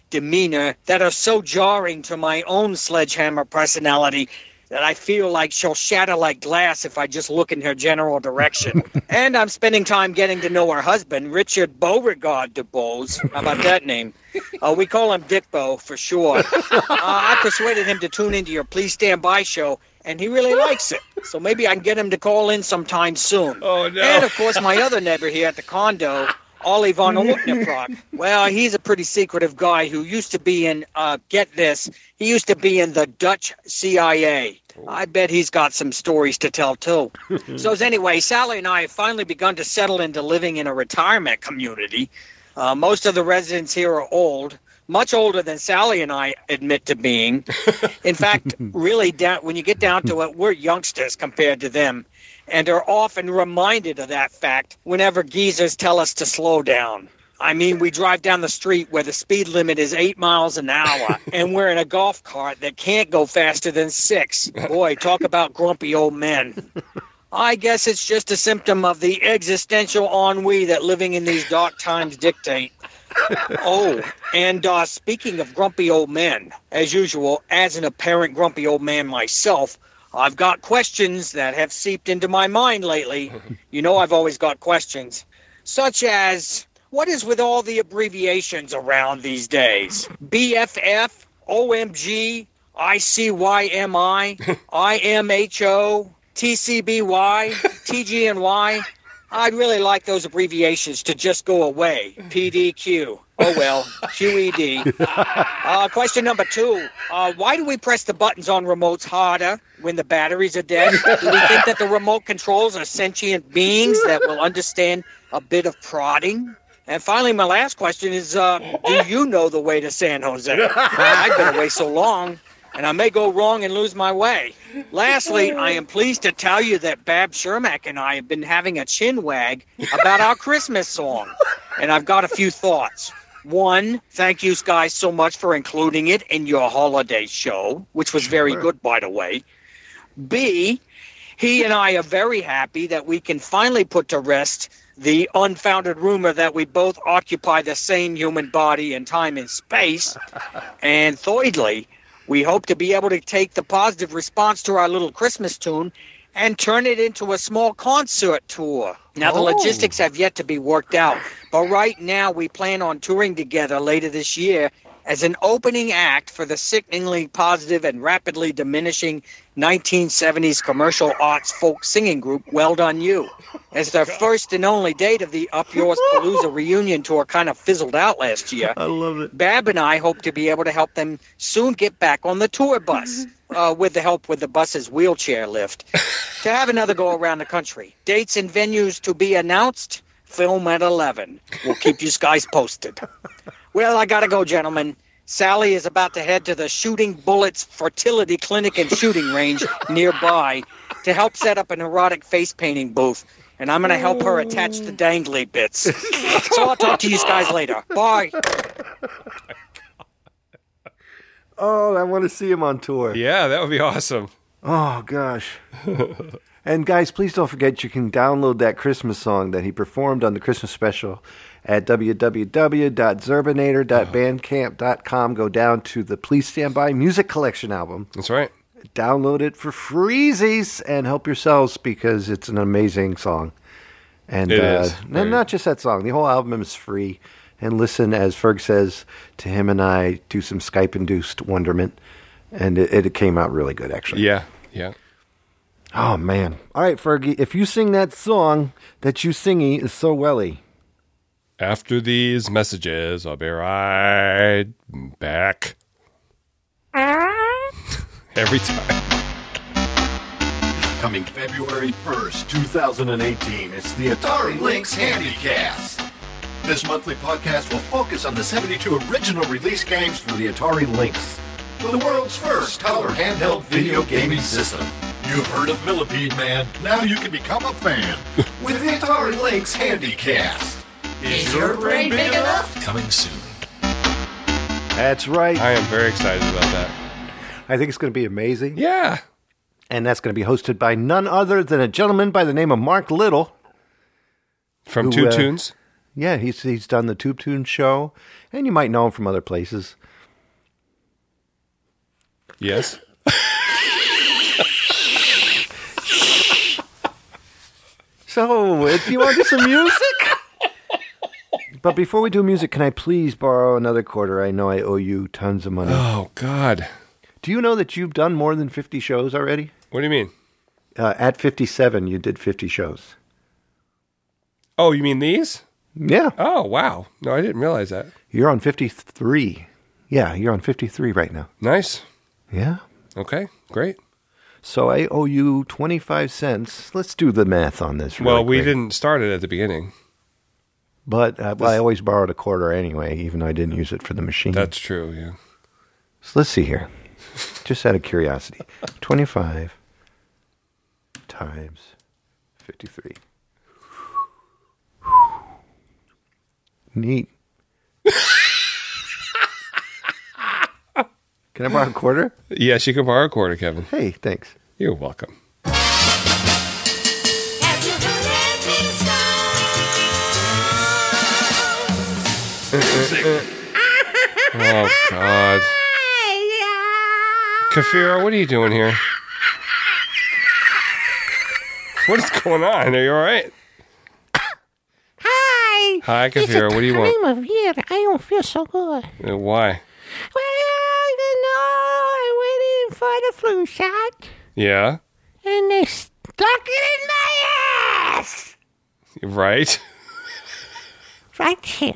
demeanor that are so jarring to my own sledgehammer personality that I feel like she'll shatter like glass if I just look in her *laughs* general direction. and I'm spending time getting to know her husband, Richard Beauregard DeBose. How about that name? Uh, we call him Dick Bo for sure. Uh, I persuaded him to tune into your Please Stand By show, and he really likes it. So maybe I can get him to call in sometime soon. Oh, no. And of course, my other neighbor here at the condo, Ollie von Ortneprock. Well, he's a pretty secretive guy who used to be in, uh, get this, he used to be in the Dutch CIA. I bet he's got some stories to tell, too. so, anyway, Sally and I have finally begun to settle into living in a retirement community. Uh, most of the residents here are old, much older than Sally and I admit to being. In fact, really, down, when you get down to it, we're youngsters compared to them and are often reminded of that fact whenever geezers tell us to slow down. I mean, we drive down the street where the speed limit is eight miles an hour, and we're in a golf cart that can't go faster than six. Boy, talk about grumpy old men. I guess it's just a symptom of the existential ennui that living in these dark times dictate. oh, and uh, speaking of grumpy old men, as usual, as an apparent grumpy old man myself, I've got questions that have seeped into my mind lately. You know, I've always got questions, such as what is with all the abbreviations around these days? BFF, OMG, ICYMI, IMHO, TCBY, TGNY. I'd really like those abbreviations to just go away. PDQ. Oh well, QED. Uh, question number two. Uh, why do we press the buttons on remotes harder when the batteries are dead? Do we think that the remote controls are sentient beings that will understand a bit of prodding? And finally, my last question is uh, Do you know the way to San Jose? Man, I've been away so long, and I may go wrong and lose my way. Lastly, I am pleased to tell you that Bab Shermack and I have been having a chin wag about our Christmas song, and I've got a few thoughts. One, thank you guys so much for including it in your holiday show, which was very good, by the way. B, he and I are very happy that we can finally put to rest the unfounded rumor that we both occupy the same human body in time and space. And thirdly, we hope to be able to take the positive response to our little Christmas tune and turn it into a small concert tour. Now, Oh. the logistics have yet to be worked out, but right now we plan on touring together later this year as an opening act for the sickeningly positive and rapidly diminishing 1970s commercial arts folk singing group Well Done You. As their first and only date of the Up Yours Palooza reunion tour kind of fizzled out last year, I love it. Bab and I hope to be able to help them soon get back on the tour bus uh, with the help with the bus's wheelchair lift to have another go around the country. Dates and venues to be announced. Film at 11. We'll keep you guys posted. Well, I got to go, gentlemen. Sally is about to head to the Shooting Bullets Fertility Clinic and Shooting Range nearby to help set up an erotic face painting booth. And I'm going to help her attach the dangly bits. so I'll talk to you guys later. Bye. Oh, I want to see him on tour. Yeah, that would be awesome. Oh gosh. *laughs* and guys, please don't forget you can download that Christmas song that he performed on the Christmas special at Uh-huh. www.zerbinator.bandcamp.com. Go down to the Please Stand By Music Collection album. That's right. Download it for freezies and help yourselves because it's an amazing song. And It uh, is. and not just that song, the whole album is free. And listen, as Ferg says, to him and I do some Skype induced wonderment. And it, it came out really good, actually. Yeah, yeah. Oh man! All right, Fergie, if you sing that song that you singy is so welly. After these messages, I'll be right back. Every time. Coming February 1st, 2018, it's the Atari Lynx Handycast. This monthly podcast will focus on the 72 original release games for the Atari Lynx, the world's first color handheld video gaming system. You've heard of *laughs* Millipede Man, now you can become a fan with the Atari Lynx Handycast. Is your brain big enough? Coming soon. That's right. I am very excited about that. I think it's going to be amazing. Yeah. And that's going to be hosted by none other than a gentleman by the name of Mark Little. From Who, Two uh, Tunes. Yeah, he's he's done the Tube Tune show, and you might know him from other places. Yes. So, if you want to do some *laughs* music. But before we do music, can I please borrow another quarter? I know I owe you tons of *gasps* money. Oh, God. do you know that you've done more than 50 shows already? What do you mean? Uh, at 57, you did 50 shows. Oh, you mean these? Yeah. Oh, wow. No, I didn't realize that. You're on 53. Yeah, you're on 53 right now. Nice. Yeah. Okay. Great. So I owe you 25 cents. Let's do the math on this. really well, we quick. didn't start it at the beginning. But uh, well, I always borrowed a quarter anyway, even though I didn't use it for the machine. That's true. Yeah. So let's see here. Just out of curiosity, 25 times 53. Neat. Can I borrow a quarter? Yes, you can borrow a quarter, Kevin. Hey, thanks. You're welcome. Oh, God. Kafira, what are you doing here? What is going on? Are you all right? Hi. Hi, Kafira. What do you want? Time of year, I don't feel so good. Uh, Why? Well, you know, I went in for the flu shot, Yeah. and they stuck it in my ass. Right. Right here.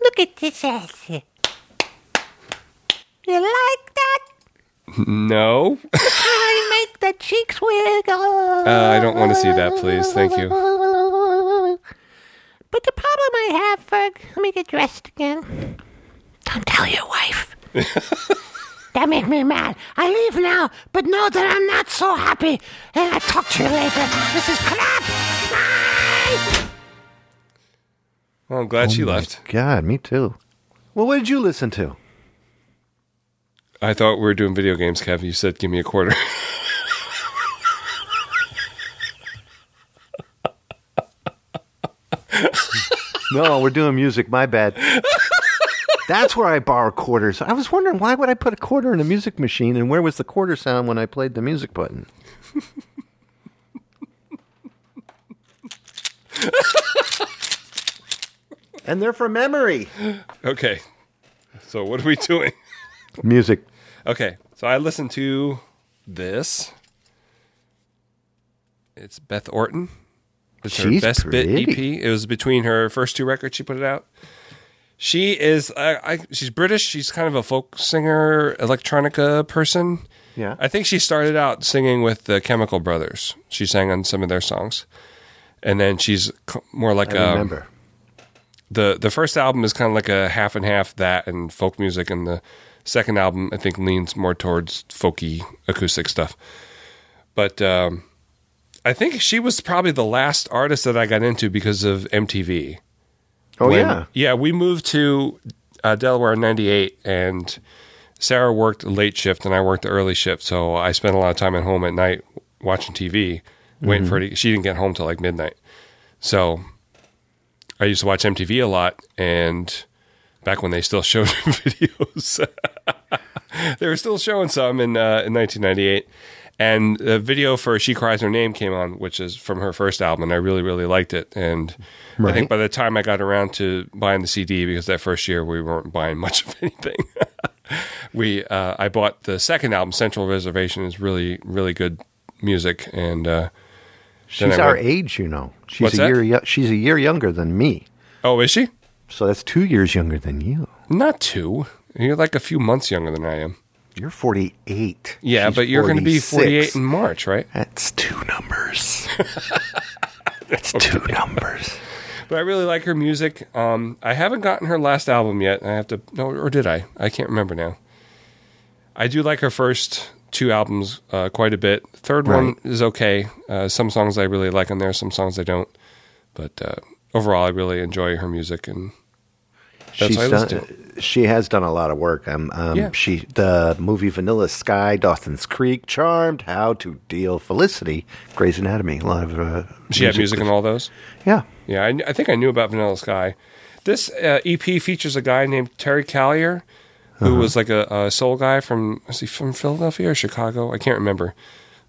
Look at this ass here. You like that? No. I make the cheeks wiggle. Uh, I don't want to see that, please. Thank you. But the problem I have, Ferg, let me get dressed again. Don't tell your wife. that made me mad. I leave now, but know that I'm not so happy. And I'll talk to you later. This is crap. Bye. Well, I'm glad she left. God, me too. Well, what did you listen to? I thought we were doing video games, Kev. You said, give me a quarter. *laughs* No, we're doing music. My *laughs* bad. That's where I borrow quarters. I was wondering why would I put a quarter in a music machine, and where was the quarter sound when I played the music *laughs* button? and they're for memory. okay. So, what are we doing? *laughs* Music. Okay, so I listened to this. It's Beth Orton. It's her She's best bit pretty. EP. It was between her first two records she put it out. She is, I, I, she's British. She's kind of a folk singer, electronica person. Yeah. I think she started out singing with the Chemical Brothers. She sang on some of their songs, and then she's c- more like I a remember. the the first album is kind of like a half and half that and folk music, and the second album I think leans more towards folky acoustic stuff. But um, I think she was probably the last artist that I got into because of MTV. Oh When- yeah. yeah. We moved to uh, Delaware in '98, and Sarah worked late shift, and I worked the early shift. So I spent a lot of time at home at night watching TV, waiting Mm-hmm. for her. To, she didn't get home till like midnight, so I used to watch MTV a lot, and back when they still showed *laughs* videos, *laughs* they were still showing some in uh, in 1998. And the video for "She Cries Her Name" came on, which is from her first album, and I really, really liked it. And I think by the time I got around to buying the CD, because that first year we weren't buying much of *laughs* anything, we uh, I bought the second album. Central Reservation is really, really good music, and uh, then She's I our went- age, you know. She's What's a that? year. yo- She's a year younger than me. oh, is she? So that's two years younger than you. Not two. You're like a few months younger than I am. You're 48. Yeah, She's but you're going to be 48 46. in March, right? That's two *laughs* numbers. That's two numbers. But I really like her music. Um, I haven't gotten her last album yet. I have to no, or did I? I can't remember now. I do like her first two albums uh, quite a bit. Third one is okay. Uh, some songs I really like on there. Some songs I don't. But uh, overall, I really enjoy her music, and that's She's what I listen done, to. she has done a lot of work. Um, um, Yeah. She the movie Vanilla Sky, Dawson's Creek, Charmed, How to Deal, Felicity, Grey's Anatomy. A lot of uh, She had music in all those. Yeah. Yeah, I, I think I knew about Vanilla Sky. This uh, EP features a guy named Terry Callier, Uh-huh. who was like a, a soul guy from is he from Philadelphia or Chicago? I can't remember.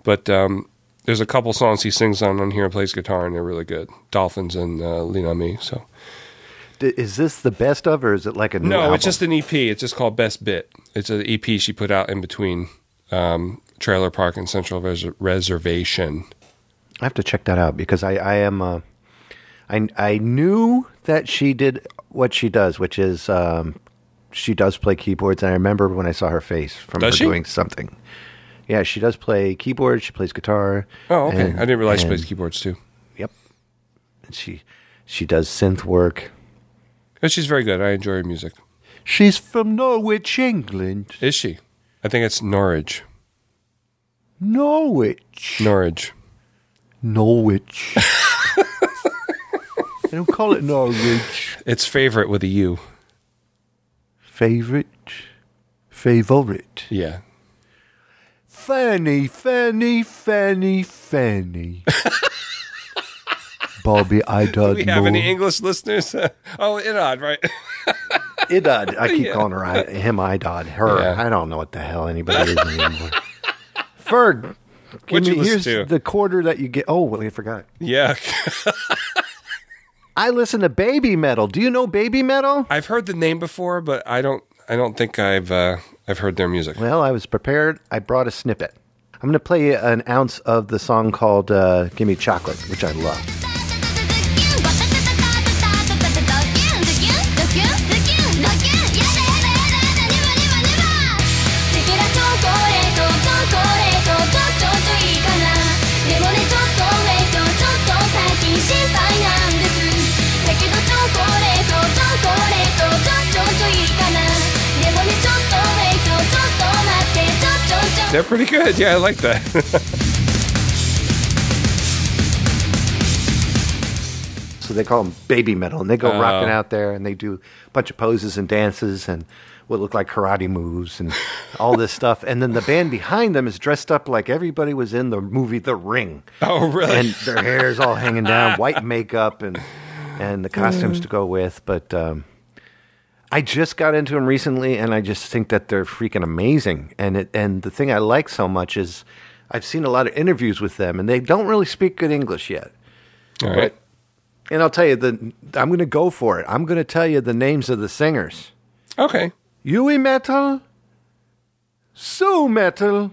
But um, there's a couple songs he sings on on here and plays guitar, and they're really good. Dolphins and uh, Lean on Me. So D- is this the best of, or is it like a new no, album? it's just an EP. It's just called Best Bit. It's an EP she put out in between um, Trailer Park and Central Res- Reservation. I have to check that out because I, I am. Uh, I I knew that she did what she does, which is um, she does play keyboards, and I remember when I saw her face from Does her she? doing something. Yeah, she does play keyboards. She plays guitar. Oh, okay. and- I didn't realize she and plays keyboards too. Yep. And she she does synth work. But she's very good. I enjoy her music. She's from Norwich, England. Is she? I think it's Norwich. Norwich. Norwich. Norwich. *laughs* they don't call it Norwich. It's favorite with a U. Favorite. Favorite. Yeah. Fanny, Fanny, Fanny, *laughs* Fanny. Bobby, I Do don't we have know. any English listeners? *laughs* oh, Inod, right? *laughs* Idad. I keep Yeah. calling her I, him Idad. Her. Yeah. I don't know what the hell anybody is anymore. *laughs* Ferg. give What'd you me- listen here's to? the quarter that you get. Oh, well, I forgot. yeah. I listen to baby metal. Do you know baby metal? I've heard the name before, but I don't. I don't think I've. Uh, I've heard their music. Well, I was prepared. I brought a snippet. I'm going to play you an ounce of the song called uh, Give Me Chocolate, which I love. They're pretty good. Yeah, I like that. *laughs* So they call them baby metal, and they go Oh. rocking out there, and they do a bunch of poses and dances and what look like karate moves and all this stuff. And then the band behind them is dressed up like everybody was in the movie The Ring. oh, really? and their hair's all hanging down, white makeup, and and the costumes to go with. But um, I just got into them recently, and I just think that they're freaking amazing. And it and the thing I like so much is I've seen a lot of interviews with them, and they don't really speak good English yet. All right. And I'll tell you the I'm going to go for it. I'm going to tell you the names of the singers. Okay. Yui Metal, Sue Metal,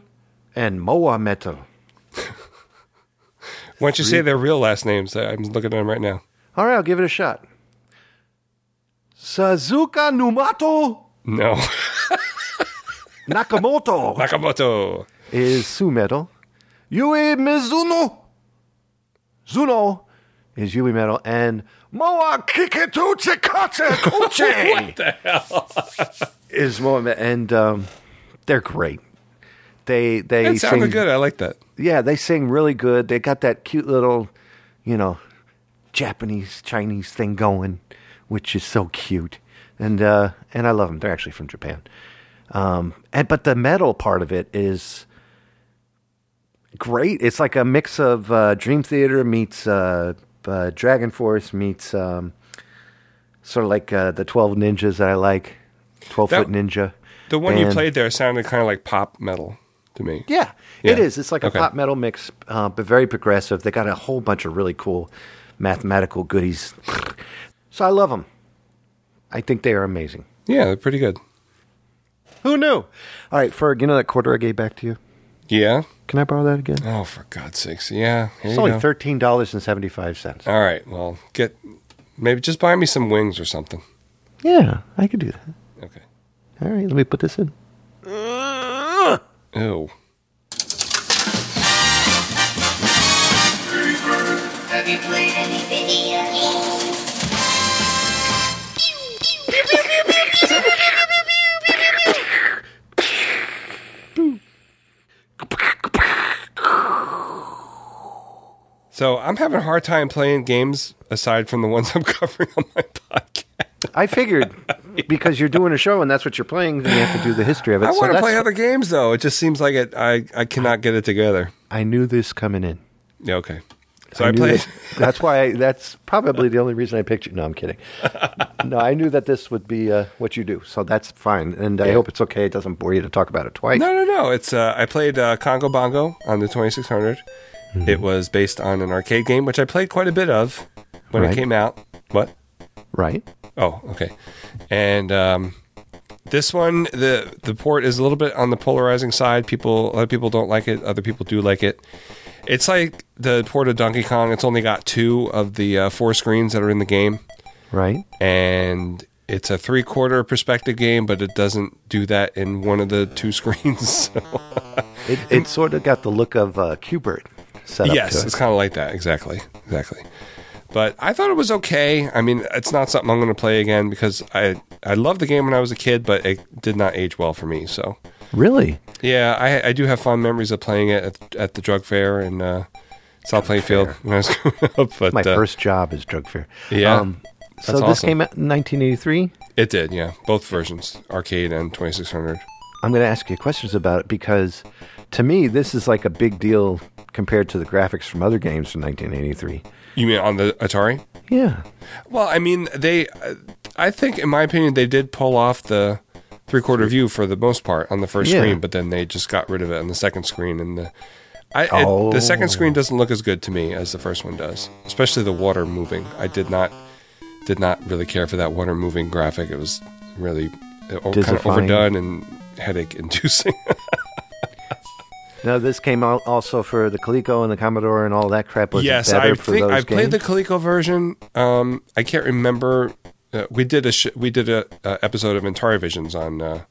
and Moa Metal. Why don't you say their real last names? I- I'm looking at them right now. All right, I'll give it a shot. Suzuka Numato No. *laughs* Nakamoto Nakamoto. is Sue Metal. Yui Mizuno Zuno is Yui Metal. And Moa Kiketu *laughs* Tsikatsu Kuchi The hell? is Moa Metal. And um, they're great. They, they That sounded sing- good. I like that. yeah, they sing really good. They got that cute little, you know, Japanese Chinese thing going, which is so cute. And uh, and I love them. They're actually from Japan. Um, and but the metal part of it is great. It's like a mix of uh, Dream Theater meets uh, uh, Dragon Force meets um, sort of like uh, the Twelve Ninjas that I like, Twelve That- Foot Ninja. The one you And- played there sounded kind of like pop metal to me. yeah, it Yeah. is. It's like a Okay. pop metal mix, uh, but very progressive. They got a whole bunch of really cool mathematical goodies. *laughs* so I love them. I think they are amazing. Yeah, they're pretty good. Who knew? All right, Ferg, you know that quarter I gave back to you? Yeah. Can I borrow that again? Oh, for God's sakes. Yeah. Here It's you only go. $13.75. All right. Well, get maybe just buy me some wings or something. Yeah, I could do that. Okay. All right, let me put this in. Ew. So I'm having a hard time playing games aside from the ones I'm *laughs* covering on my podcast. I figured *laughs* because you're doing a show and that's what you're playing, then you have to do the history of it. I So want to that's- play other games though. It just seems like it. I I cannot get it together. I knew this coming in. Yeah, okay. So I, knew played. that- that's why. I, that's probably the only reason I picked you. No, I'm *laughs* kidding. no, I knew that this would be uh, what you do, so that's fine. And I Yeah. hope it's okay. It doesn't bore you to talk about it twice. No, no, no. It's uh, I played uh, Congo Bongo on the 2600. It was based on an arcade game, which I played quite a bit of when Right. it came out. What? Right. Oh, okay. And um, this one, the the port is a little bit on the polarizing side. People, a lot of people don't like it. Other people do like it. It's like the port of Donkey Kong. It's only got two of the uh, four screens that are in the game Right. and it's a three quarter perspective game, but it doesn't do that in one of the two *laughs* screens. So. It, it sort of got the look of uh, Cubert set up. yes, to it's it. kind of like that. Exactly. Exactly. But I thought it was okay. I mean, it's not something I'm going to play again because I I loved the game when I was a kid, but it did not age well for me. So really. yeah, I, I do have fond memories of playing it at, at the drug fair in uh, South Plainfield when I was *laughs* growing up. But My uh, first job is drug fair. Um, yeah, so that's this awesome. came out in 1983. it did. Yeah, both versions, arcade and 2600. I'm going to ask you questions about it because to me, this is like a big deal compared to the graphics from other games from 1983. You mean on the Atari? Yeah. Well, I mean, they. I think, in my opinion, they did pull off the three-quarter view for the most part on the first Yeah. screen, but then they just got rid of it on the second screen. And the, I, it- the Oh. second screen doesn't look as good to me as the first one does, especially the water moving. I did not did not really care for that water moving graphic. It was really uh, o- kind of Disifying. overdone and headache-inducing. Now, this came out also for the Coleco and the Commodore and all that crap. Was it yes, better I for think those I played the games? Coleco version. Um, I can't remember. Uh, we did a sh- we did a uh, episode of Atari Visions on uh,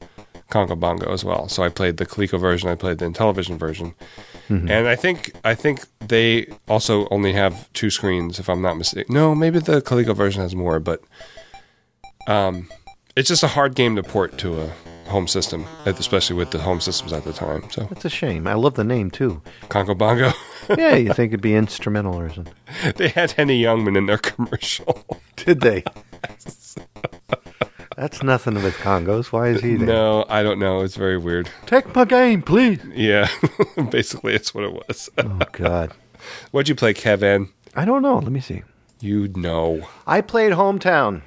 Congo Bongo as well. So I played the Coleco version. I played the Intellivision version, Mm-hmm. and I think I think they also only have two screens, if I'm not mistaken. No, maybe the Coleco version has more, but um, it's just a hard game to port to a home system, especially with the home systems at the time. So It's a shame. I love the name, too. Congo Bongo, *laughs* Yeah, you think it'd be instrumental or something. they had Henny Youngman in their commercial. *laughs* Did they? That's nothing with Congos. Why is he there? No, I don't know. It's very weird. *laughs* Take my game, please. Yeah, *laughs* basically, it's what it was. Oh, God. What'd you play, Kevin? I don't know. Let me see. You know, I played Hometown.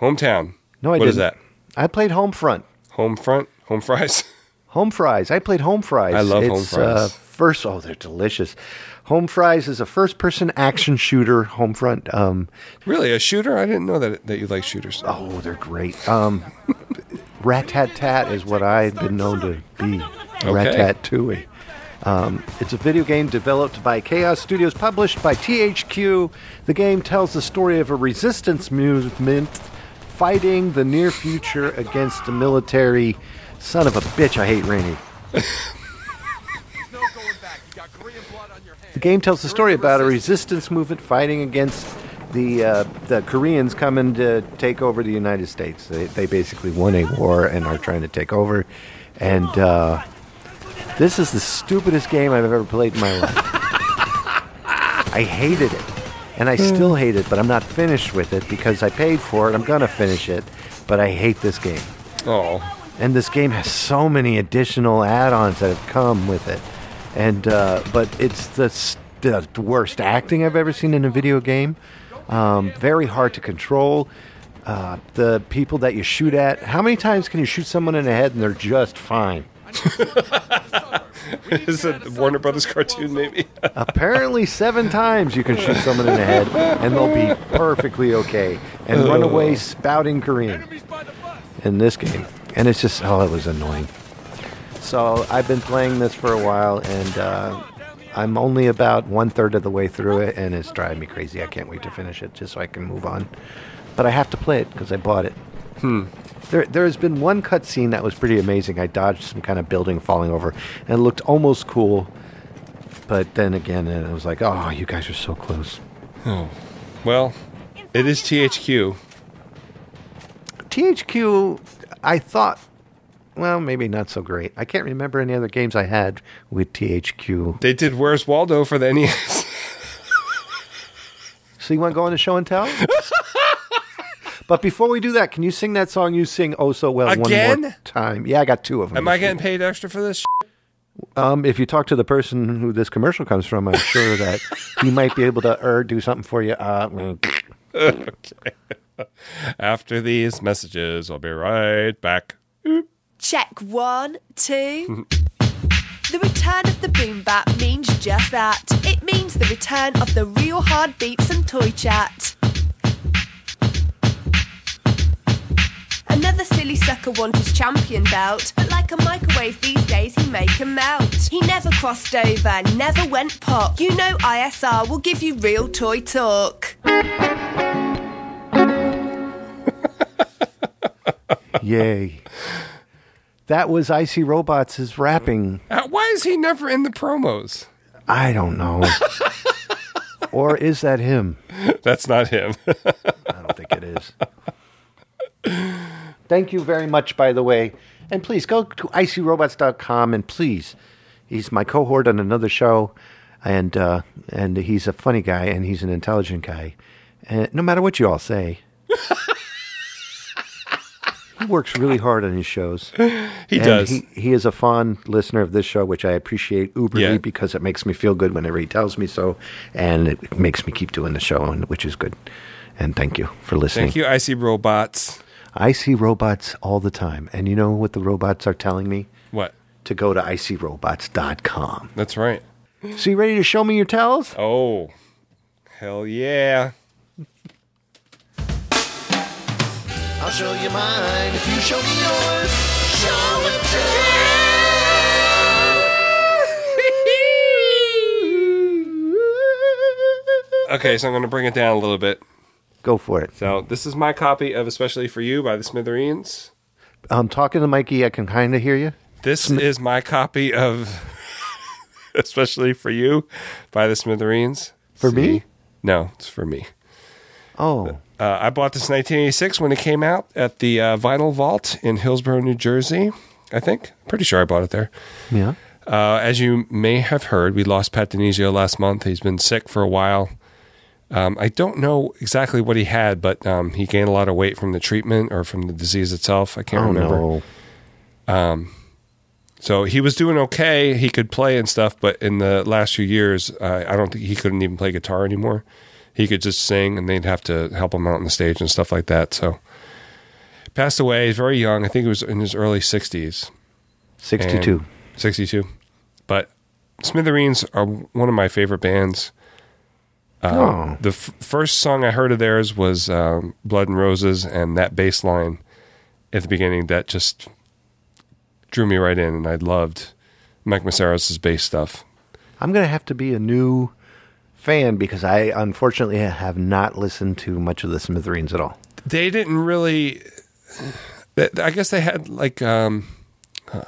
hometown. No, I What is didn't. I played Homefront. that? Home front, home fries. *laughs* Home fries. I played home fries. I love home It's, fries. Uh, first, oh, they're delicious. Home fries is a first-person action shooter. Home front. Um, really, a shooter? I didn't know that that you like shooters. oh, they're great. Um, rat tat tat is what I've been known to be. Okay. Rat tat tooey. Um, it's a video game developed by Chaos Studios, published by THQ. The game tells the story of a resistance movement fighting the near future against the military. Son of a bitch, I hate Rainy. The game tells the story about a resistance movement fighting against the uh, the Koreans coming to take over the United States. They, they basically won a war and are trying to take over. And uh, this is the stupidest game I've ever played in my life. *laughs* I hated it, and I still hate it. But I'm not finished with it because I paid for it. I'm gonna finish it, but I hate this game. Oh, *laughs* And this game has so many additional add-ons that have come with it. And uh, but it's the, s- the worst acting I've ever seen in a video game. Um, very hard to control. Uh, the people that you shoot at. How many times can you shoot someone in the head and they're just fine? is it Warner Brothers cartoon? Maybe. *laughs* Apparently, seven times you can shoot someone in the head and they'll be perfectly okay and run away spouting Korean in this game. And it's just, oh, it was annoying. So I've been playing this for a while and uh, I'm only about one third of the way through it and it's driving me crazy. I can't wait to finish it just so I can move on. But I have to play it because I bought it. There, there has been one cutscene that was pretty amazing. I dodged some kind of building falling over, and it looked almost cool. But then again, it was like, oh, you guys are so close. Well, it is THQ. THQ, I thought, well, maybe not so great. I can't remember any other games I had with THQ. *laughs* E They did Where's Waldo for the NES. So you want to go on the show and *laughs* tell? but before we do that, can you sing that song you sing oh so well one more Again? time? Yeah, I got two of them. Am I getting paid extra for this? Um, if you talk to the person who this commercial comes from, I'm sure that he might be able to er, do something for you. Uh, *laughs* mm. okay. After these messages, I'll be right back. Check one, two. the return of the boom bap means just that. It means the return of the real hard beats and toy chat. Another silly sucker won his champion belt, but like a microwave these days, he make 'em melt. He never crossed over, never went pop. You know ISR will give you real toy talk. Yay. That was Icy Robots' is rapping. Uh, why is he never in the promos? *laughs* I don't *laughs* know. or is that him? That's not him. *laughs* I don't think it is. Thank you very much, by the way. And please go to icyrobots.com and please, he's my cohort on another show, and uh, and he's a funny guy and he's an intelligent guy. And no matter what you all say, he works really hard on his shows. He And does. He, he is a fond listener of this show, which I appreciate uberly Yeah. because it makes me feel good whenever he tells me so, and it makes me keep doing the show, and which is good. And thank you for listening. Thank you, Icy Robots. I see robots all the time. And you know what the robots are telling me? What? To go to icyrobots.com. That's right. So you ready to show me your tells? Oh, hell yeah. I'll show you mine if you show me yours. Show and *laughs* Okay, so I'm going to bring it down a little bit. Go for it. So, this is my copy of Especially for You by the Smithereens. I'm talking to Mikey. I can kind of hear you. This is my copy of *laughs* Especially for You by the Smithereens. For me? No, it's for me. Oh, Uh, I bought this in 1986 when it came out at the uh, Vinyl Vault in Hillsborough, New Jersey. I think. Pretty sure I bought it there. yeah. Uh, as you may have heard, we lost Pat Denizio last month. He's been sick for a while. Um, I don't know exactly what he had, but um, he gained a lot of weight from the treatment or from the disease itself. I can't Oh, remember. no. So he was doing okay. He could play and stuff, but in the last few years, uh, I don't think he couldn't even play guitar anymore. He could just sing, and they'd have to help him out on the stage and stuff like that. So passed away. He's very young. I think he was in his early sixties. 62. 62. But Smithereens are one of my favorite bands. Uh, oh, The f- first song I heard of theirs was um, Blood and Roses, and that bass line at the beginning that just drew me right in, and I loved Mike Maceros' bass stuff. I'm going to have to be a new fan because I unfortunately have not listened to much of the Smithereens at all. They didn't really. *sighs* th- I guess they had like um,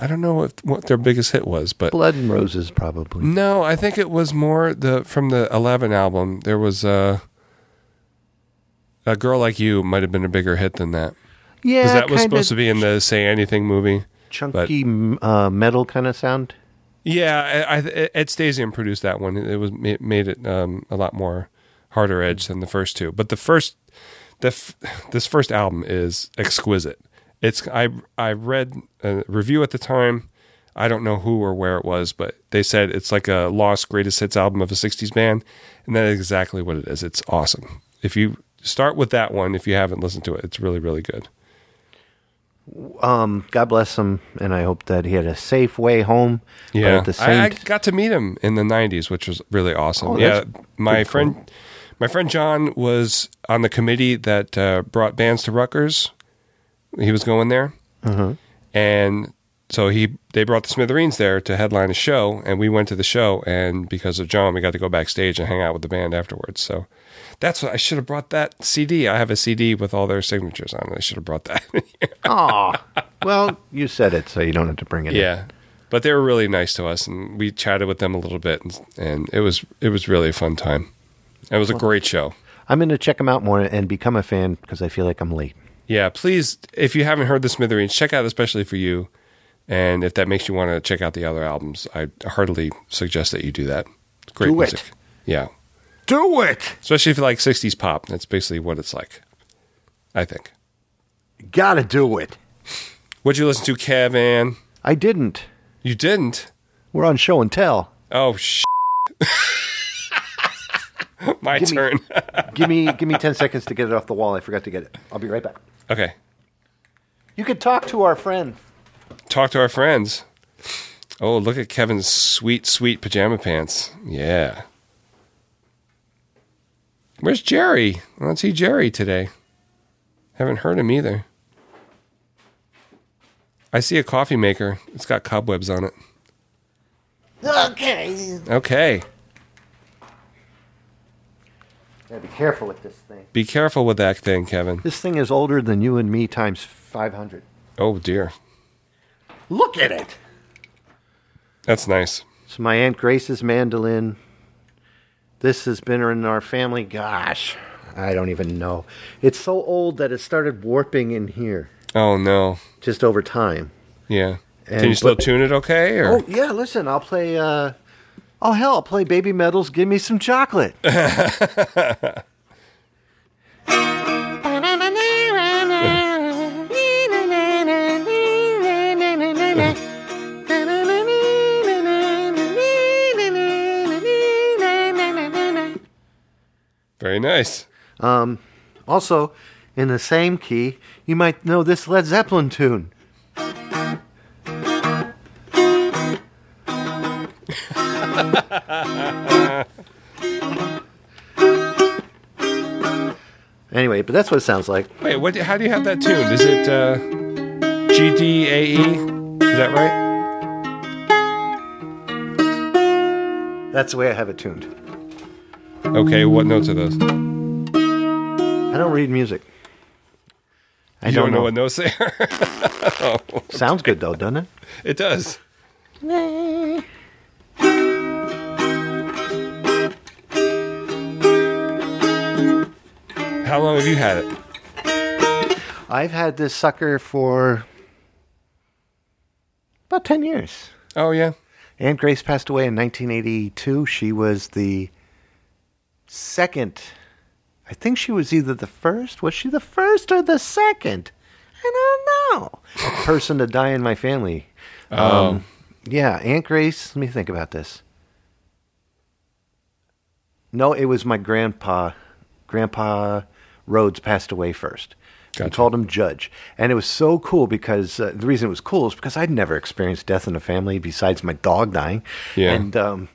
I don't know if, what their biggest hit was, but Blood and Roses, probably. No, I think it was more the from the Eleven album. There was a a girl like you might have been a bigger hit than that Yeah. because that was kinda supposed to be in the Say Anything movie. chunky m uh, metal kind of sound. Yeah, I, I, Ed Stasium produced that one. It was it made it um, a lot more harder edge than the first two. But the first the f- this first album is exquisite. It's I I read a review at the time. I don't know who or where it was, but they said it's like a lost greatest hits album of a '60s band, and that is exactly what it is. It's awesome. If you start with that one, if you haven't listened to it, it's really really good. um, God bless him, and I hope that he had a safe way home. but Yeah, at the same I, I got to meet him in the '90s, which was really awesome. Oh, yeah, that's my pretty friend, my friend John was on the committee that uh, brought bands to Rutgers. He was going there, Uh-huh. and so he they brought the Smithereens there to headline a show, and we went to the show, and because of John, we got to go backstage and hang out with the band afterwards. So that's what I should have brought that CD. I have a CD with all their signatures on it. I should have brought that. *laughs* Aw. well, you said it, so you don't have to bring it. in. Yeah, but they were really nice to us, and we chatted with them a little bit, and, and it was it was really a fun time. It was a great show. I'm going to check him out more and become a fan because I feel like I'm late. Yeah, please, if you haven't heard the Smithereens, check out especially for you, and if that makes you want to check out the other albums, I heartily suggest that you do that. Great Do it. music. Yeah, Do it. Especially if you like 60s pop. That's basically what it's like, I think. Gotta do it. What'd you listen to, Kevin? I didn't. You didn't? We're on show and tell. Oh, sh. *laughs* My Give me- turn. *laughs* give me give me ten seconds to get it off the wall. I forgot to get it. I'll be right back. okay. You could talk to our friend. Talk to our friends. Oh, look at Kevin's sweet, sweet pajama pants. Yeah. Where's Jerry? I don't see Jerry today. Haven't heard him either. I see a coffee maker. It's got cobwebs on it. Okay. Okay. Yeah, be careful with this thing. Be careful with that thing, Kevin. This thing is older than you and me times five hundred. Oh, dear. Look at it. That's nice. It's my aunt Grace's mandolin. This has been in our family. Gosh, I don't even know. It's so old that it started warping in here Oh, no. just over time. Yeah. Can And- you still but- tune it okay? Or? Oh yeah, listen, I'll play. uh Oh hell, I'll play Baby Metals. Give me some chocolate. Very nice. Um, also, in the same key, you might know this Led Zeppelin tune. Anyway, but that's what it sounds like. Wait, what? How do you have that tuned? Is it uh, G D A E? Is that right? That's the way I have it tuned. Okay, what notes are those? You I don't read music. I don't know. what notes they are. *laughs* Sounds good though, doesn't it? it does. How long have you had it? I've had this sucker for about 10 years. Oh yeah, Aunt Grace passed away in 1982. She was the second. I think she was either the first. Was she the first or the second? I don't *laughs* know. Person to die in my family. Oh. Um, yeah, Aunt Grace. Let me think about this. No, it was my grandpa. Grandpa Rhodes passed away first. We Gotcha. called him Judge, and it was so cool because uh, the reason it was cool is because I'd never experienced death in a family besides my dog dying. Yeah. and um,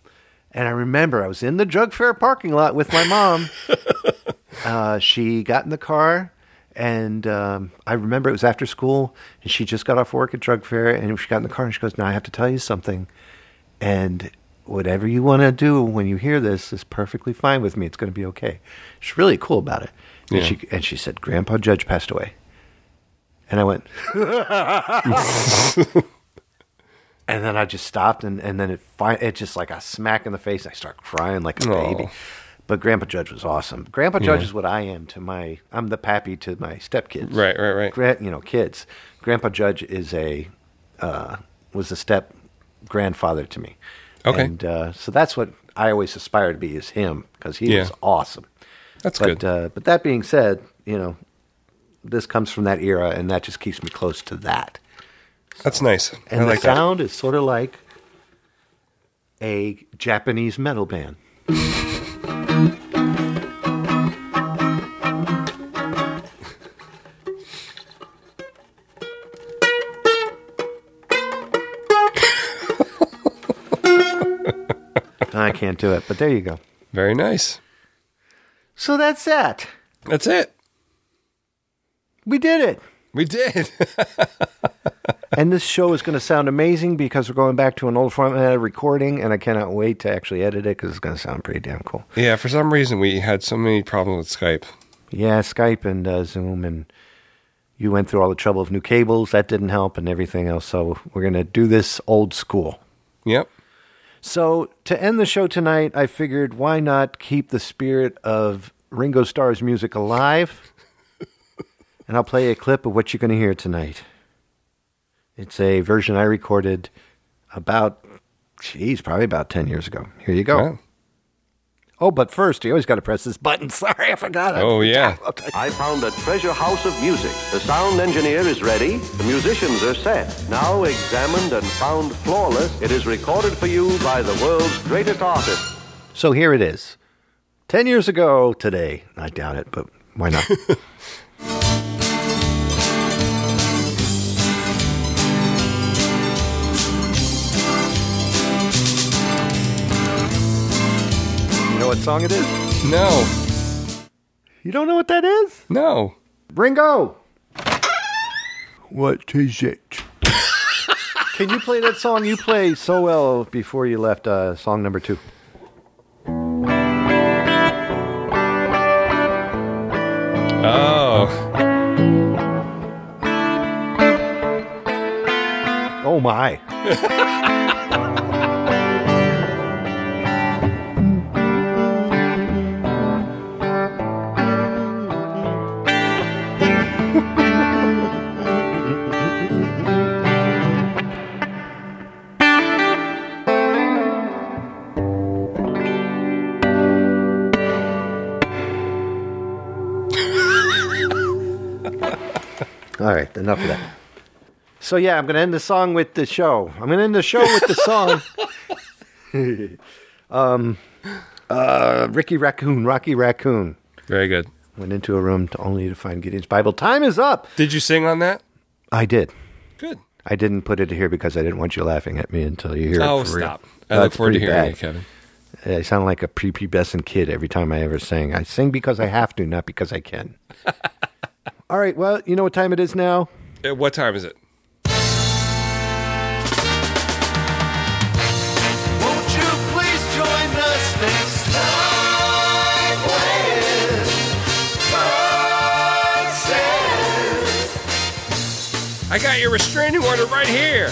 and I remember I was in the drug fair parking lot with my mom. uh, she got in the car, and um, I remember it was after school, and she just got off work at drug fair, and she got in the car and she goes, "Now I have to tell you something." And whatever you want to do when you hear this is perfectly fine with me. It's going to be okay. She's really cool about it. Yeah. And, she, and she said, Grandpa Judge passed away. And I went, *laughs* and then I just stopped, and, and then it fi- it just like a smack in the face, and I start crying like a Aw. baby. But Grandpa Judge was awesome. Grandpa Judge is what I am to my. I'm the pappy to my stepkids. right, right, right. Gra- you know, kids. Grandpa Judge is a uh, was a step grandfather to me. Okay. and uh, so that's what I always aspire to be is him because he Yeah. was awesome. That's but good. Uh, but that being said, you know, this comes from that era, and that just keeps me close to that. That's nice. And I the like that. sound is sort of like a Japanese metal band. *laughs* I can't do it, but there you go. Very nice. So that's that. That's it. We did it. We did. *laughs* and this show is going to sound amazing because we're going back to an old format of recording, and I cannot wait to actually edit it because it's going to sound pretty damn cool. yeah, for some reason we had so many problems with Skype. Yeah, Skype and uh, Zoom, and you went through all the trouble of new cables. That didn't help, and everything else. So we're going to do this old school. Yep. So to end the show tonight, I figured why not keep the spirit of Ringo Starr's music alive? *laughs* and I'll play a clip of what you're going to hear tonight. It's a version I Oh, recorded about, geez, probably about 10 years ago. Here you go. Wow. Oh, but first, you always got to press this button. *laughs* Sorry, I forgot. Oh, yeah. I found a treasure house of music. The sound engineer is ready. The musicians are set. Now examined and found flawless, it is recorded for you by the world's greatest artist. So here it is. Ten years ago today. I doubt it, but why not? You know what song it is? No. You don't know what that is? No. Ringo! What is it? Can you play that song you play so well before you left uh, song number two? Oh. Oh my. All right, enough of that. So yeah, I'm going to end the song with the show. I'm going to end the show with the song. *laughs* um, uh, Ricky Raccoon, Rocky Raccoon Very good. went into a room to only to find Gideon's Bible. Time is up. Did you sing on that? I did. Good. I didn't put it here because I didn't want you laughing at me until you hear Oh, it. for stop. Real. I That's look forward to pretty bad. hearing you, Kevin. I sound like a prepubescent kid every time I ever sing. I sing because I have to, not because I *laughs* can. All right. Well, you know what time it is now. Uh, What time is it? Won't you please join us next time when God says, I got your restraining order right here.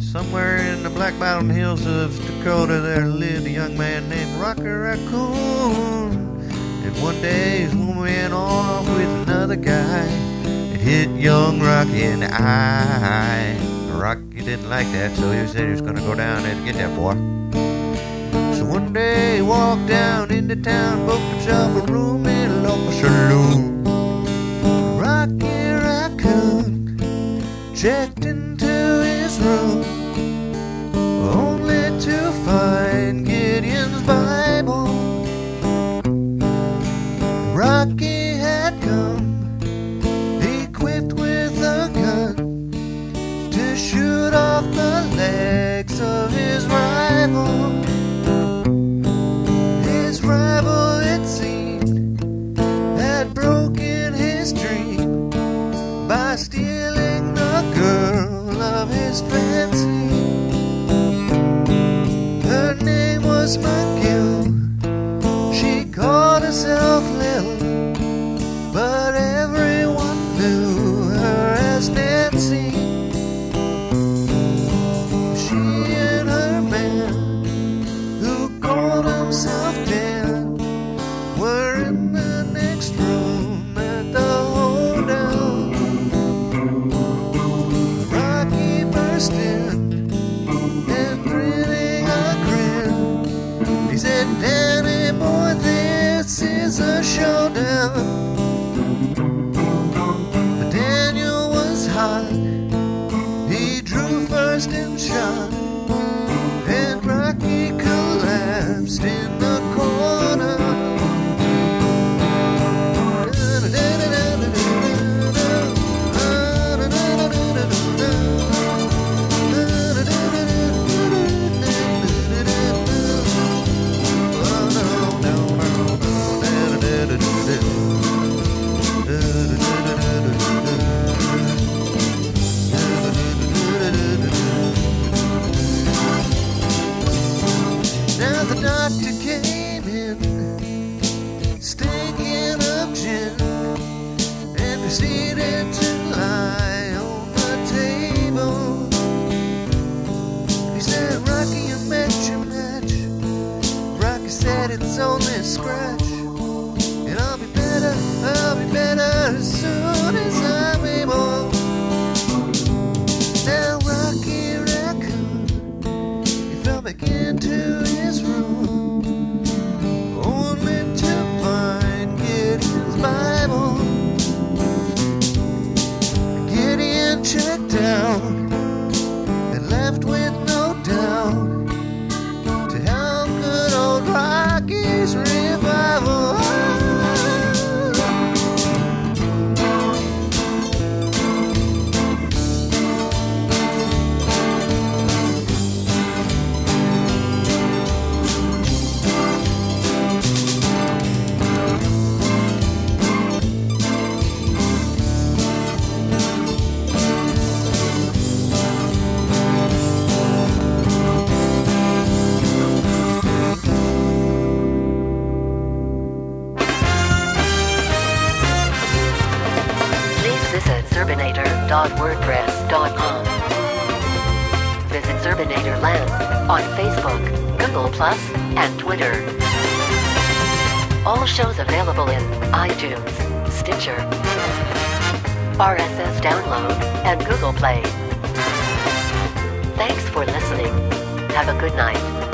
Somewhere in the Black Mountain Hills of Dakota, there lived a young man named Rocky Raccoon. And one day his woman ran off with another guy. It hit young Rocky in the eye. Rocky didn't like that, so he said he was gonna go down there to get that boy. So one day he walked down into town, booked himself a room in a local saloon. Rocky Raccoon checked into his room only to find Gideon's Bible. Rocky had come equipped with a gun to shoot off the legs of his rival. His rival, it seemed, had broken his dream by stealing the girl of his fancy. Her name was McGill. She called herself Lil, but everyone knew her as Nancy. She and her man, who called himself Dan, were in the next room at the hotel. Rocky burst in and grinning a grin. He said, Danny boy, this is a showdown. But Daniel was hot. He drew first and shot. And Rocky collapsed in the corner. Now the doctor came in, stinking of gin, and proceeded to lie on the table. He said, Rocky, you met your match. Rocky said, it's only a scratch, and I'll be better, I'll be better as soon as I'm able. Now back into his room, only to find Gideon's Bible. Gideon checked out and left with no doubt to help good old Rocky's revival. Please visit Zerbinator.wordpress.com. Visit Zerbinator Land on Facebook, Google Plus, and Twitter. All shows available in iTunes, Stitcher, RSS download, and Google Play. Thanks for listening. Have a good night.